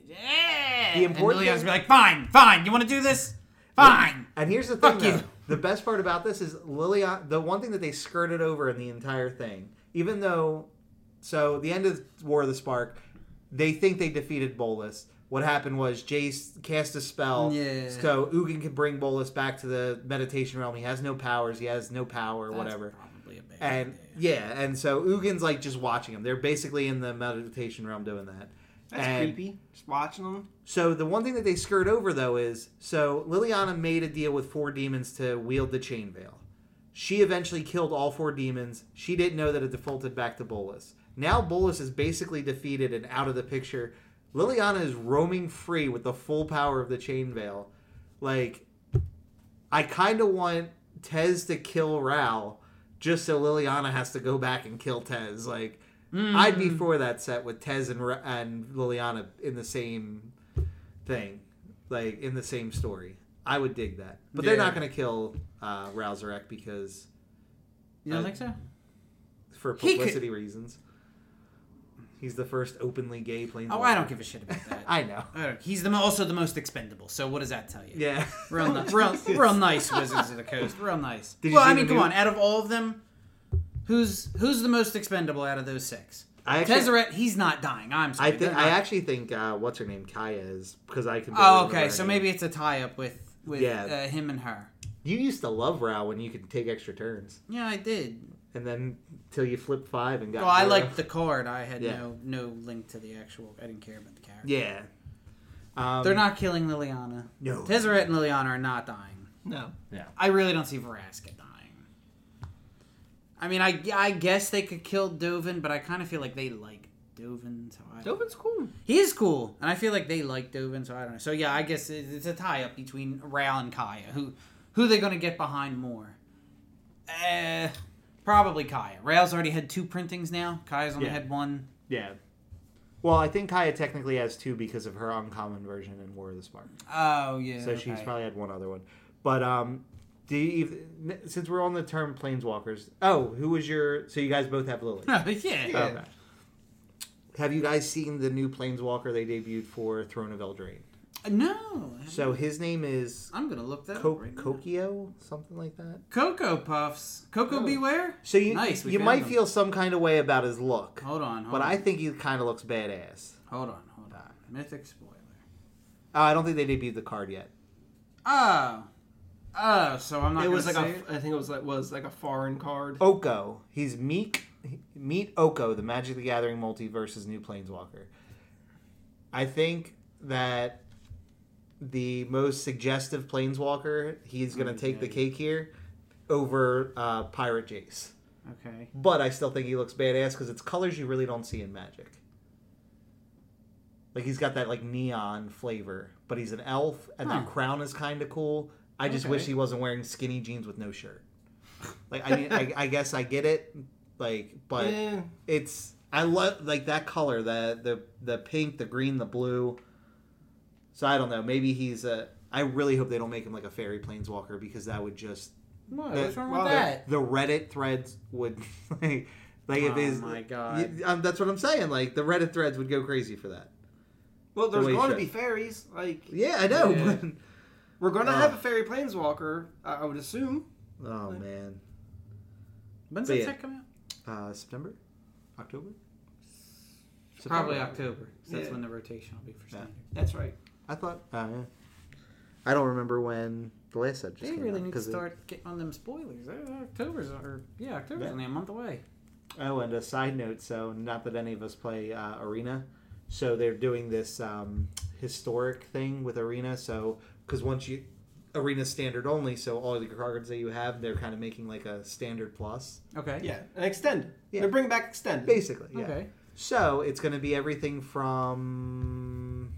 A: "Yeah."
B: The important
A: and Liliana's
B: thing-
A: gonna be like, "Fine, fine. You want to do this? Fine."
B: And here's the thing,
A: Fuck
B: though.
A: you.
B: The best part about this is Liliana. The one thing that they skirted over in the entire thing, even though, so the end of War of the Spark, they think they defeated Bolus. What happened was Jace cast a spell,
A: Yeah.
B: so Ugin can bring Bolus back to the meditation realm. He has no powers. He has no power,
A: That's
B: whatever.
A: Probably a bad
B: And
A: idea.
B: yeah, and so Ugin's like just watching him. They're basically in the meditation realm doing that.
C: That's
B: and
C: creepy. Just watching them.
B: so the one thing that they skirt over though is so Liliana made a deal with four demons to wield the chain veil. She eventually killed all four demons. She didn't know that it defaulted back to Bolus. Now Bolus is basically defeated and out of the picture. Liliana is roaming free with the full power of the chain veil. Like I kind of want Tez to kill Ral just so Liliana has to go back and kill Tez. Like, I'd
A: Hmm.
B: be for that set with Tez and, Ra- and Liliana in the same thing, like in the same story. I would dig that. But they're
A: Yeah.
B: not going to kill uh, Ralzarek because
A: you don't
B: uh,
A: think so?
B: for
A: He could-
B: publicity reasons. He's the first openly gay plane.
A: Oh, I don't give a shit about that.
B: I know.
A: I don't- He's the mo- also the most expendable. So what does that tell you?
B: Yeah.
A: Real, ni- real, real nice Wizards of the Coast. Real nice.
B: Did you
A: well,
B: see
A: I
B: the
A: mean, come
B: new-
A: on. Out of all of them, who's who's the most expendable out of those six?
B: I actually-
A: Tezzeret, he's not dying. I'm sorry.
B: I think
A: they're
B: I
A: not-
B: actually think uh, what's her name Kaya is because I can. barely
A: Oh,
B: remember
A: okay.
B: her
A: So
B: name.
A: maybe it's a tie up with with
B: Yeah.
A: uh, him and her.
B: you used to love Ral when you could take extra turns,
A: Yeah, I did.
B: and then till you flip five and got.
A: Well, I
B: zero.
A: liked the card. I had
B: Yeah.
A: no no link to the actual. I didn't care about the character.
B: Yeah. Um,
A: They're not killing Liliana.
B: No.
A: Tezzeret and Liliana are not dying.
C: No.
A: I really don't see Vraska dying. I mean, I, I guess they could kill Dovin, but I kind of feel like they like Dovin, so I
C: Dovin's cool.
A: he is cool, and I feel like they like Dovin, so I don't know. So yeah, I guess it- it's a tie up between Ral and Kaya. Who who they going to get behind more? Uh, probably Kaya. Rail's already had two printings now. Kaya's only
B: Yeah.
A: had one.
B: Yeah. Well, I think Kaya technically has two because of her uncommon version in War of the Spark.
A: Oh yeah.
B: So she's probably had one other one. But um, do you, since we're on the term planeswalkers, oh, who was your? So you guys both have Lily.
A: probably Oh, yeah.
C: Yeah.
B: Oh, Okay. Have you guys seen the new planeswalker they debuted for Throne of Eldraine?
A: No.
B: So his name is
A: I'm gonna look that
B: Co-
A: up right now.
B: Kokio, something like that.
A: Cocoa Puffs. Cocoa
B: Oh.
A: Beware.
B: So you
A: Nice, we
B: you
A: found
B: might
A: him. Oh,
B: feel some kind of way about his look,
A: Hold on. Hold
B: but
A: on.
B: I think he kind of looks badass.
A: Hold on, hold on. Mythic spoiler.
B: Uh, I don't think they debuted the card yet.
A: Oh, oh. So I'm not.
C: It was
A: gonna
C: like a,
A: say it?
C: I think it was like was like a foreign card.
B: Oko. He's Meek. Meet Oko, the Magic the Gathering multiverse's new planeswalker. I think that the most suggestive planeswalker, he's going to take the cake here over uh, Pirate Jace.
A: okay.
B: But I still think he looks badass because it's colors you really don't see in Magic. Like he's got that like neon flavor, but he's an elf, and
A: Huh.
B: the crown is kind of cool. I just wish
A: Okay.
B: he wasn't wearing skinny jeans with no shirt. Like I, mean, I, I guess I get it, like, but
C: yeah.
B: it's I love like that color, the the the pink, the green, the blue. So I don't know. Maybe he's a. I really hope they don't make him like a fairy planeswalker because that would just
A: What?
B: The-
A: What's wrong
C: well,
A: with
C: the-
A: that?
B: the Reddit threads would like, like if
A: Oh
B: his
A: my God.
B: Y- um, that's what I'm saying. Like the Reddit threads would go crazy for that.
C: Well, there's
B: Wait,
C: going to
B: sure.
C: be fairies. Like
B: Yeah, I know.
A: Yeah.
B: but-
C: we're going to
A: Uh.
B: Oh.
C: have a fairy planeswalker. I I would assume.
B: oh man,
A: When's
B: but
A: that
B: yeah.
A: set come out?
B: uh, September, October, September?
A: Probably October. 'cause that's
C: Yeah.
A: when the rotation will be for standard.
C: That's right.
B: I thought. Uh, yeah. I don't remember when the last set just
A: They
B: came
A: really
B: out,
A: need to
B: 'cause it-
A: start getting on them spoilers. Uh, October's or yeah, October's
B: Yeah.
A: only a month away.
B: Oh, and a side note. So, not that any of us play uh, Arena, so they're doing this um, historic thing with Arena. So, because once you Arena standard only, so all the cards that you have, they're kind of making like a standard plus,
A: Okay.
C: Yeah, and extend.
B: Yeah.
C: They're bringing back extend.
B: basically. Yeah.
A: Okay.
B: So it's going to be everything from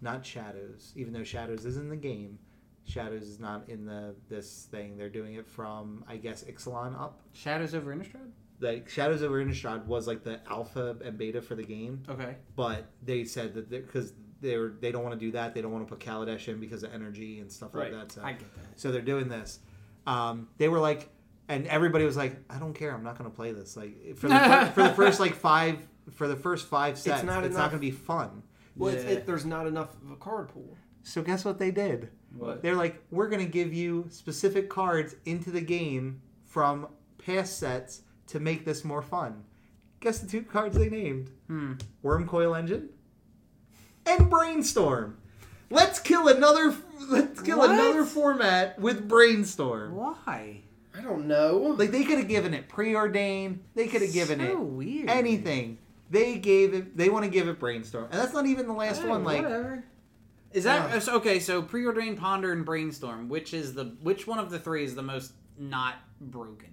B: not Shadows, even though Shadows is in the game. Shadows is not in the this thing. They're doing it from I guess Ixalan up.
A: Shadows over Innistrad.
B: like Shadows of Innistrad was like the alpha and beta for the game,
C: Okay.
B: but they said that because they were they don't want to do that, they don't want to put Kaladesh in because of energy and stuff
C: Right.
B: like that. So
A: I get that.
B: so they're doing this. Um, they were like, and everybody was like, I don't care. I'm not going to play this. Like for the, fir- for the first like five for the first five sets, it's
C: not
B: not,
C: enough.
B: going to be fun.
C: Well, it's,
A: Yeah.
C: it, there's not enough of a card pool.
B: So guess what they did?
C: What?
B: They're like, we're going to give you specific cards into the game from past sets to make this more fun. Guess the two cards they named:
A: Hmm.
B: Worm Coil Engine and Brainstorm. Let's kill another. Let's kill
A: What?
B: another format with Brainstorm.
A: Why?
C: I don't know.
B: Like they could have given it preordained. They could have given
A: so
B: it
A: weird.
B: anything. They gave it. They want to give it brainstorm, and that's not even the last
A: Hey,
B: one. Like
A: whatever. Is that so- okay? So preordained, ponder, and brainstorm. Which is the which one of the three is the most not broken?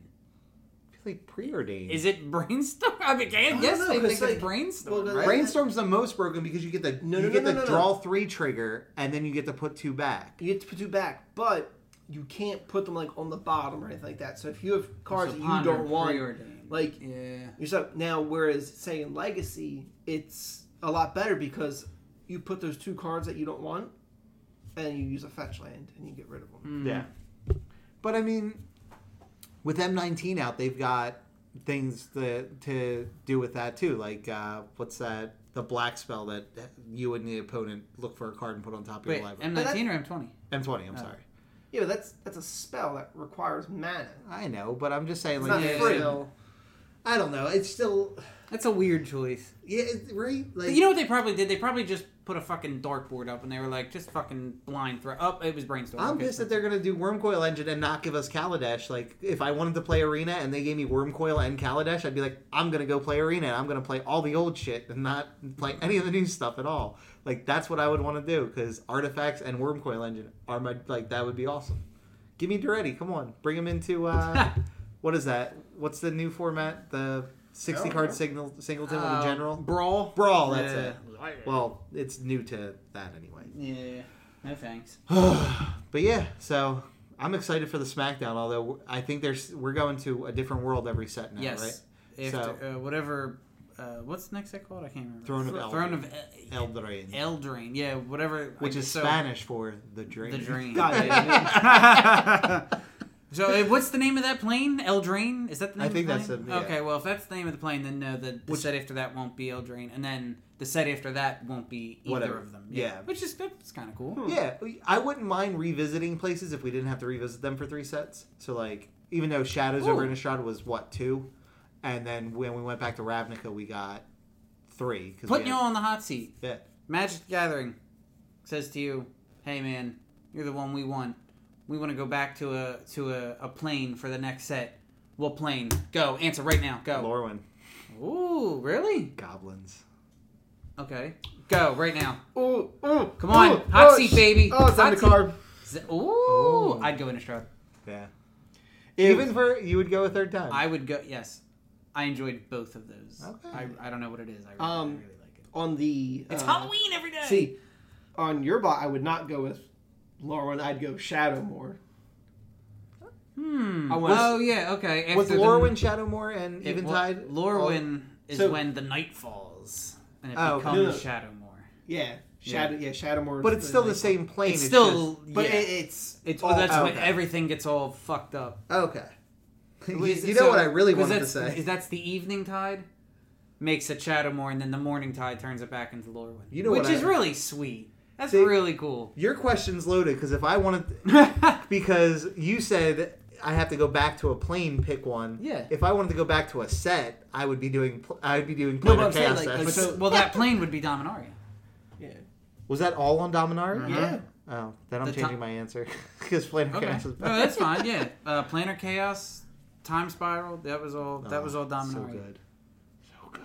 B: like preordained.
A: Is it brainstorm? I mean, I
C: don't
A: guess
C: know,
A: they
C: 'cause,
A: think
C: like,
A: it's brainstorm,
C: well,
A: right?
B: brainstorm's the most broken because you get the
C: No,
B: you
C: no, no,
B: get
C: no,
B: the
C: no, no.
B: draw three trigger, and then you get to put two back.
C: You get to put two back, but you can't put them like on the bottom or anything like that. So if you have cards
A: So
C: that you
A: ponder,
C: don't want,
A: preordained.
C: like
A: yeah,
C: you're stuck. Now, whereas say in Legacy, it's a lot better because you put those two cards that you don't want, and you use a fetch land and you get rid of
A: Hmm.
C: them.
A: Mm-hmm.
B: Yeah, but I mean, with M nineteen out, they've got things to to do with that too. Like uh, what's that? The black spell that you and the opponent look for a card and put on top of
A: wait,
B: your library.
A: M Oh. nineteen or M twenty?
B: M twenty. I'm sorry.
C: Yeah, but that's that's a spell that requires mana.
B: I know, but I'm just saying,
C: It's
B: like,
C: not
A: yeah,
C: free.
A: yeah.
B: I don't know. It's still,
A: That's a weird choice.
B: yeah, it- right? Like,
A: But you know what they probably did? They probably just put a fucking dartboard up and they were like, just fucking blind throw. Up, it was brainstorm.
B: I'm
A: Okay,
B: pissed
A: so-
B: that they're gonna do Worm Coil Engine and not give us Kaladesh. Like, if I wanted to play Arena and they gave me Worm Coil and Kaladesh, I'd be like, I'm gonna go play Arena and I'm gonna play all the old shit and not play any of the new stuff at all. Like, that's what I would want to do because artifacts and Worm Coil Engine are my like that would be awesome. Give me Duretti, come on, bring him into uh, what is that? What's the new format? The
C: I don't
B: sixty
C: know.
B: card signal singleton with
A: Uh,
B: the general.
A: brawl.
B: Um, Brawl, that's
A: Yeah.
B: it. Well, it's new to that anyway.
A: Yeah. No thanks.
B: but yeah, so I'm excited for the SmackDown. Although I think there's we're going to a different world every set now,
A: yes.
B: right?
A: After, uh, whatever. Uh, what's next set called? I can't remember.
B: Throne of
A: Thro-
B: Eldraine.
A: Throne of
B: El Drain,
A: El- Eldraine. Yeah, whatever.
B: which
A: I-
B: is
A: so-
B: Spanish for the drain.
A: The drain.
C: God
A: damn So uh, what's the name of that plane? Eldraine? Is that the
B: I
A: name?
B: think
A: of
B: that's
A: the plane?
B: it, yeah.
A: Okay, well if that's the name of the plane, then no, the, the set after that won't be Eldraine, and then the set after that won't be either
B: Whatever.
A: of them.
B: Yeah.
A: which is that's kind of cool.
B: Yeah, I wouldn't mind revisiting places if we didn't have to revisit them for three sets. So like, even though Shadows
A: Ooh.
B: over Innistrad was what two, and then when we went back to Ravnica, we got three. Cause
A: Putting
B: we
A: you
B: had-
A: all on the hot seat.
B: yeah.
A: Magic the Gathering says to you, "Hey man, you're the one we want. We want to go back to a to a, a plane for the next set. What plane? Go answer right now. Go.
B: Lorwyn
A: Ooh, really?
B: goblins.
A: Okay, go right now.
C: Ooh, ooh,
A: Come on,
C: ooh,
A: hot
C: oh,
A: seat,
C: sh-
A: baby.
C: Oh, it's on
A: Hot
C: the
A: seat.
C: card.
A: Z- Ooh,
B: Oh.
A: I'd go in a Stroud.
B: Yeah.
C: If-
B: Even for you would go a third time.
A: I would go. Yes, I enjoyed both of those.
B: Okay.
A: I, I don't know what it is. I really, I
C: Um,
A: really like it.
C: on the
A: It's
C: uh,
A: Halloween every day.
C: See, on your bot, I would not go with Lauren. I'd go Shadow more.
A: hmm.
C: I wanna-
A: oh yeah. Okay.
B: was
A: after the-
B: Lorwyn, Shadowmoor, and
A: it wa-
B: Eventide.
A: Lorwyn is
C: So-
A: when the night falls and it
B: Oh, okay.
A: becomes
C: No, no.
A: Shadowmoor.
C: Yeah, Shadow. Yeah, Shadow more.
B: But it's still the same plane.
A: It's still.
B: just-
C: But
A: yeah.
C: it, it's
A: it's
C: all-
A: oh, that's when
B: okay.
A: everything gets all fucked up.
B: okay. you,
A: Is-
B: you know
A: so-
B: what I really
A: 'cause
B: wanted to
A: that's-
B: say.
A: is that's the evening tide makes it Shadowmoor, and then the morning tide turns it back into Lorwyn.
B: You know
A: which
B: what
A: is
B: I-
A: really sweet. That's
B: See-
A: really cool.
B: Your question's loaded because if I wanted,
A: yeah.
B: because you said I have to go back to a plane, pick one. If I wanted to go back to a set, I would be doing. pl- I would be doing
C: No,
B: Planar
C: but I'm saying,
B: chaos.
C: like- like,
B: sets.
C: so-
A: Well, that plane would be Dominaria.
C: yeah.
B: was that all on Dominaria?
A: Mhm.
C: Yeah.
B: Oh, then I'm
A: The
B: changing
A: top-
B: my answer because planar
A: Okay.
B: chaos is
A: No,
B: better.
A: that's fine. Yeah. Uh, Planar Chaos, Time Spiral. That was all. That was all Dominaria.
B: Oh, So good. So good.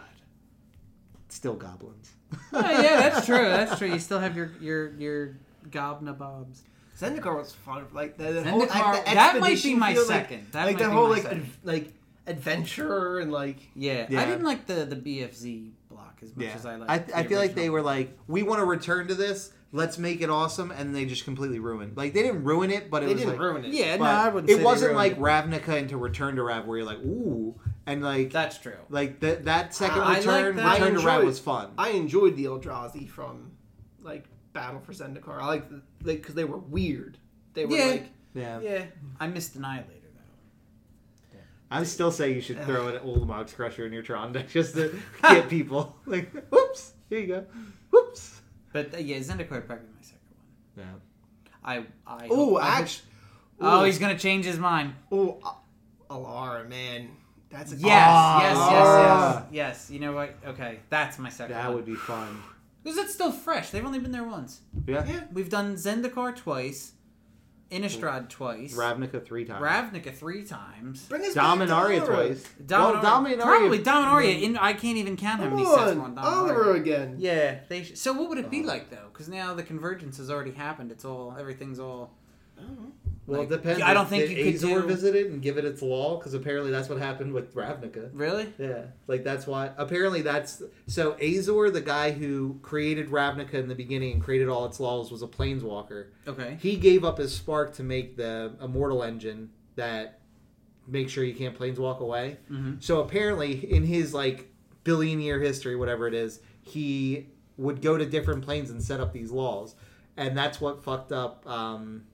B: Still goblins.
A: Oh, yeah, that's true. That's true. You still have your your your Gobna Bobs.
C: Zendikar was fun. Like the, the
A: Zendikar-
C: whole, like, the
A: that might be
C: expedition
A: my
C: feel, like-
A: second. That
C: Like,
A: might
C: the
A: be
C: whole
A: my
C: like
A: second.
C: ad, like adventure and like
A: Yeah. I
B: Yeah.
A: didn't like the the BFZ block as much
B: Yeah.
A: as I liked.
B: I,
A: the
B: I feel like they
A: original.
B: were like, we want to return to this. Let's make it awesome, and they just completely ruined. Like they didn't ruin it, but it
C: they
B: was
C: didn't
B: like,
C: ruin it.
A: Yeah,
B: but
A: no, I wouldn't. say
B: it
A: they
B: wasn't
A: ruined
B: like
A: it.
B: Ravnica into Return to Rav, where you're like, ooh, and like
A: That's true.
B: like that that
C: I-
B: second
C: I like
B: return
A: that.
B: return to
C: I
B: Rat
C: enjoyed-
B: was fun.
C: I enjoyed the Eldrazi from like Battle for Zendikar. I like the- like because they were weird. They were
A: Yeah.
C: like
B: yeah.
C: yeah.
A: I missed Annihilator though.
B: I still say you should throw an old Mox Crusher in your Tron deck just to get people like, whoops, here you go, whoops.
A: But uh, yeah, Zendikar would probably be my second one.
B: Yeah.
A: I I
C: Oh,
A: hope- I hope-
C: actually,
A: Oh, he's gonna change his mind.
C: oh Alara, man, that's a
A: Yes, yes, yes,
B: Ah.
A: yes, yes. You know what? Okay, that's my second.
B: That
A: one.
B: would be fun.
A: Because it's still fresh. They've only been there once.
B: Yeah.
C: Yeah.
A: We've done Zendikar twice, Innistrad twice,
B: Ravnica three times.
A: Ravnica three times.
C: Bring us back to
B: Dominaria
C: Alara.
B: twice.
A: Dominaria,
B: well, Dominaria
A: probably Dominaria. In, I can't even count how
C: Come
A: many sets were on
C: on, Alara
A: Dominaria.
C: again.
A: Yeah, they. Sh- so what would it
B: Uh.
A: be like though? Because now the convergence has already happened. It's all everything's all.
B: Well,
A: Like,
B: it depends.
A: I don't think
B: Did
A: you could
B: Azor
A: do-
B: visit it and give it its law because apparently that's what happened with Ravnica.
A: Really?
B: Yeah, like that's why. Apparently, that's so. Azor, the guy who created Ravnica in the beginning and created all its laws, was a planeswalker.
A: Okay.
B: He gave up his spark to make the immortal engine that makes sure you can't planeswalk away.
A: Mhm.
B: So apparently, in his like billion year history, whatever it is, he would go to different planes and set up these laws, and that's what fucked up. Um,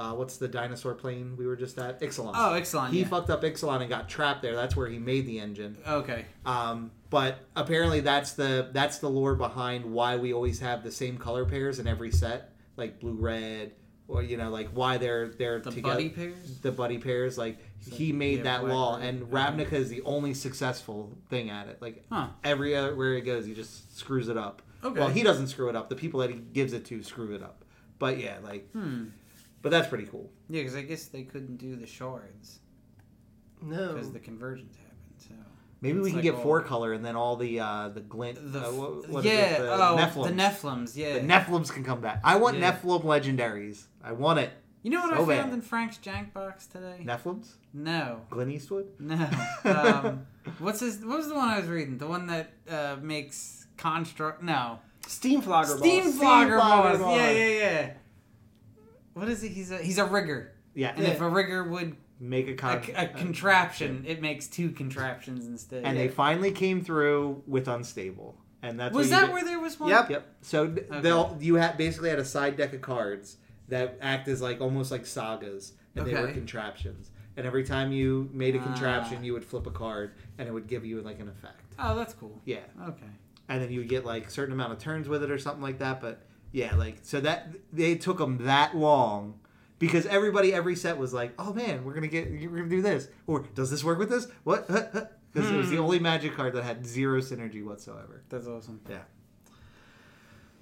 B: uh, what's the dinosaur plane we were just at? Ixalan.
A: Oh, excellent.
B: he
A: yeah.
B: fucked up Ixalan and got trapped there. That's where he made the engine.
A: okay.
B: Um, but apparently that's the that's the lore behind why we always have the same color pairs in every set, like blue red, or you know, like why they're they're
A: The
B: together.
A: buddy pairs.
B: The buddy pairs, like he made
A: yeah,
B: that
A: black,
B: law,
A: red,
B: and
A: yeah.
B: Ravnica is the only successful thing at it. Like
A: Huh.
B: every other where he goes, he just screws it up.
A: Okay.
B: Well, he doesn't screw it up. The people that he gives it to screw it up. But yeah, like,
A: Hmm.
B: but that's pretty cool.
A: Yeah, because I guess they couldn't do the shards
C: No,
A: because the convergence happened.
B: Maybe we
A: It's
B: can
A: like
B: get
A: all-
B: four color, and then all the uh, the glint,
A: So the
B: uh,
A: f-
B: wha- what is it?
A: yeah
B: the
A: oh the
B: Nephilim.
A: Nephilims yeah
B: The Nephilims can come back. I want
A: Yeah.
B: Nephilim legendaries. I want it.
A: You know what
B: So
A: I found
B: bad.
A: in Frank's jank box today?
B: Nephilims?
A: No,
B: Glenn Eastwood?
A: no. Um, what's his? What was the one I was reading? The one that uh, makes construct? No,
C: steam flogger.
A: steam
C: balls.
A: flogger
B: flogger
A: balls. Yeah,
B: balls.
A: yeah, yeah. What is he? He's a he's a rigger,
B: Yeah.
A: and if a rigger would
B: Make a
A: a,
B: con.
A: a contraption, it makes two contraptions instead.
B: and they finally came through with Unstable. And that's
A: was
B: what you
A: that
B: get-
A: where there was one?
C: Yep.
B: Yep. So th-
A: Okay.
B: they'll you ha basically had a side deck of cards that act as like almost like sagas, and they were
A: Okay.
B: contraptions. And every time you made a
A: Ah.
B: contraption, you would flip a card, and it would give you like an effect.
A: Oh, that's cool.
B: Yeah.
A: Okay.
B: and then you would get like a certain amount of turns with it or something like that. But yeah, like so that they took them that long because everybody every set was like, oh man, we're gonna get we're gonna do this or does this work with this? What? Because it was the only magic card that had zero synergy whatsoever.
A: That's awesome.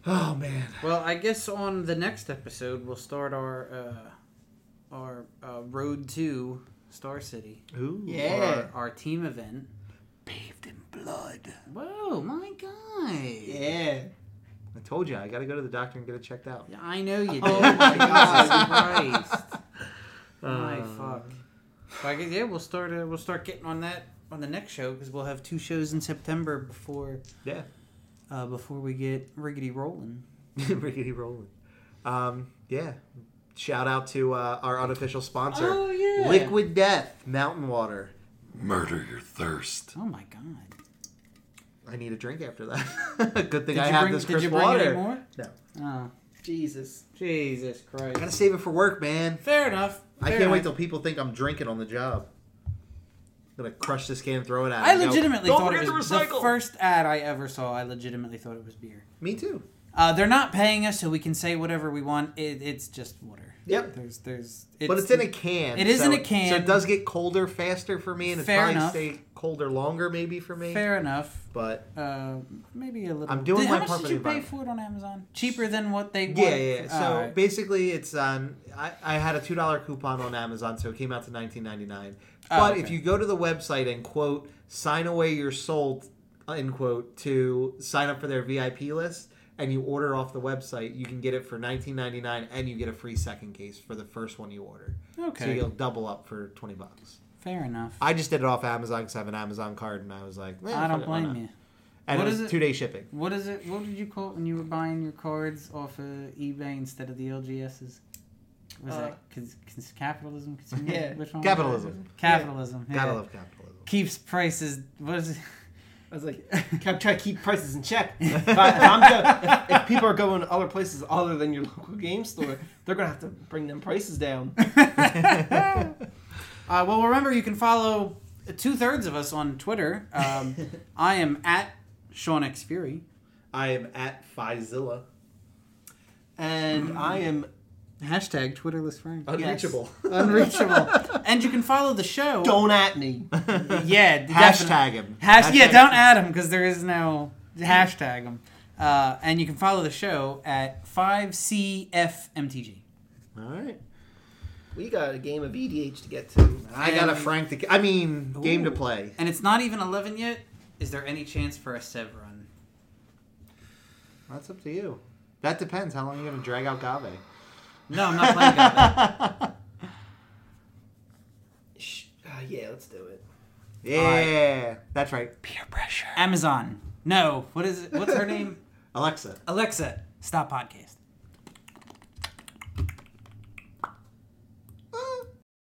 B: Oh man,
A: Well, I guess on the next episode we'll start our uh, our uh, road to Star City,
B: ooh,
C: Yeah.
A: our, our team event.
B: paved in blood.
A: Whoa, my God!
C: Yeah.
B: I told you I gotta go to the doctor and get it checked out.
A: Yeah, I know you did.
C: Oh my
A: Jesus
C: God.
A: Christ! Oh my
B: Uh,
A: fuck. So I guess yeah, we'll start. Uh, we'll start getting on that on the next show because we'll have two shows in September before
B: Yeah.
A: uh, before we get riggedy rolling.
B: Rickety rolling. Um, yeah. Shout out to uh, our unofficial sponsor.
A: Oh, yeah.
B: Liquid Death Mountain Water.
D: Murder your thirst.
A: Oh my God!
B: I need a drink after that. Good thing
A: Did
B: I
A: you
B: have
A: bring?
B: this
A: did
B: crisp
A: you bring
B: water.
A: any more?
B: No.
A: Oh,
C: Jesus.
A: Jesus
B: I
A: Christ!
B: gotta save it for work, man.
A: Fair enough.
B: I
A: fair
B: can't wait
A: enough.
B: till people think I'm drinking on the job. I'm gonna crush this can and throw it out.
A: I legitimately
B: Don't
A: thought it
B: forget
A: was
B: to
A: the
B: recycle.
A: first ad I ever saw. I legitimately thought it was beer.
B: Me too.
A: Uh, they're not paying us, so we can say whatever we want. It, it's just water.
B: Yep.
A: There's, there's.
B: but it's in a can.
A: it is in
B: so-
A: a can.
B: So it does get colder faster for me, and it's
A: Fair
B: probably
A: enough.
B: stay colder longer maybe for me.
A: Fair enough.
B: But
A: Uh, maybe a little.
B: I'm doing
A: Did-
B: my
A: How much
B: part
A: did
B: for
A: you
B: the
A: pay
B: environment.
A: for it on Amazon? Cheaper than what they.
B: Yeah,
A: want.
B: yeah. yeah. So
A: Alright.
B: basically, it's on. I, I had a two dollar coupon on Amazon, so it came out to nineteen ninety nine.
A: Oh,
B: But if
A: okay.
B: you go to the website and quote sign away your soul, end quote, to sign up for their VIP list, and you order off the website, you can get it for nineteen ninety nine, and you get a free second case for the first one you order. So
A: okay.
B: you'll double up for twenty bucks.
A: Fair enough.
B: I just did it off Amazon because I have an Amazon card, and I was like, eh,
A: I
B: fuck
A: don't
B: it, why
A: blame
B: not?
A: you.
B: And
A: What
B: it
A: is
B: was
A: it?
B: two day shipping.
A: What is it? What did you call it when you were buying your cards off of eBay instead of the LGSs? Was
C: Uh,
A: that cons- cons- capitalism? Consumer?
C: yeah.
A: Which one was it?
B: Capitalism.
A: Capitalism. yeah.
B: Gotta love capitalism.
A: keeps prices. What is it?
C: I was like, I'm trying to keep prices in check. If, I, if, I'm go- if, if people are going to other places other than your local game store, they're gonna have to bring them prices down.
A: Uh, well, remember you can follow two thirds of us on Twitter. Um, I am at Sean X Fury.
B: I am at Fizilla.
C: And I am
A: Hashtag Twitterless Frank.
B: Unreachable.
A: Unreachable. and you can follow the show.
C: don't at me.
A: Yeah. definitely.
B: Hashtag him.
A: Hash- yeah,
B: Hashtag-
A: don't add him because there is no hashtag him. Uh, and you can follow the show at 5CFMTG.
B: All right.
C: We got a game of EDH to get to.
B: I got a Frank to. I mean, game to
A: Ooh.
B: play.
A: And it's not even 11 yet. Is there any chance for a Sev run?
B: That's up to you. That depends. How long are you gonna drag out Gabe?
A: No, I'm not playing Gauntlet.
C: Shh. Uh, yeah, let's do it.
B: Yeah, that's right.
A: Peer pressure. Amazon. No. What is it? What's her name?
B: Alexa.
A: Alexa, stop podcast.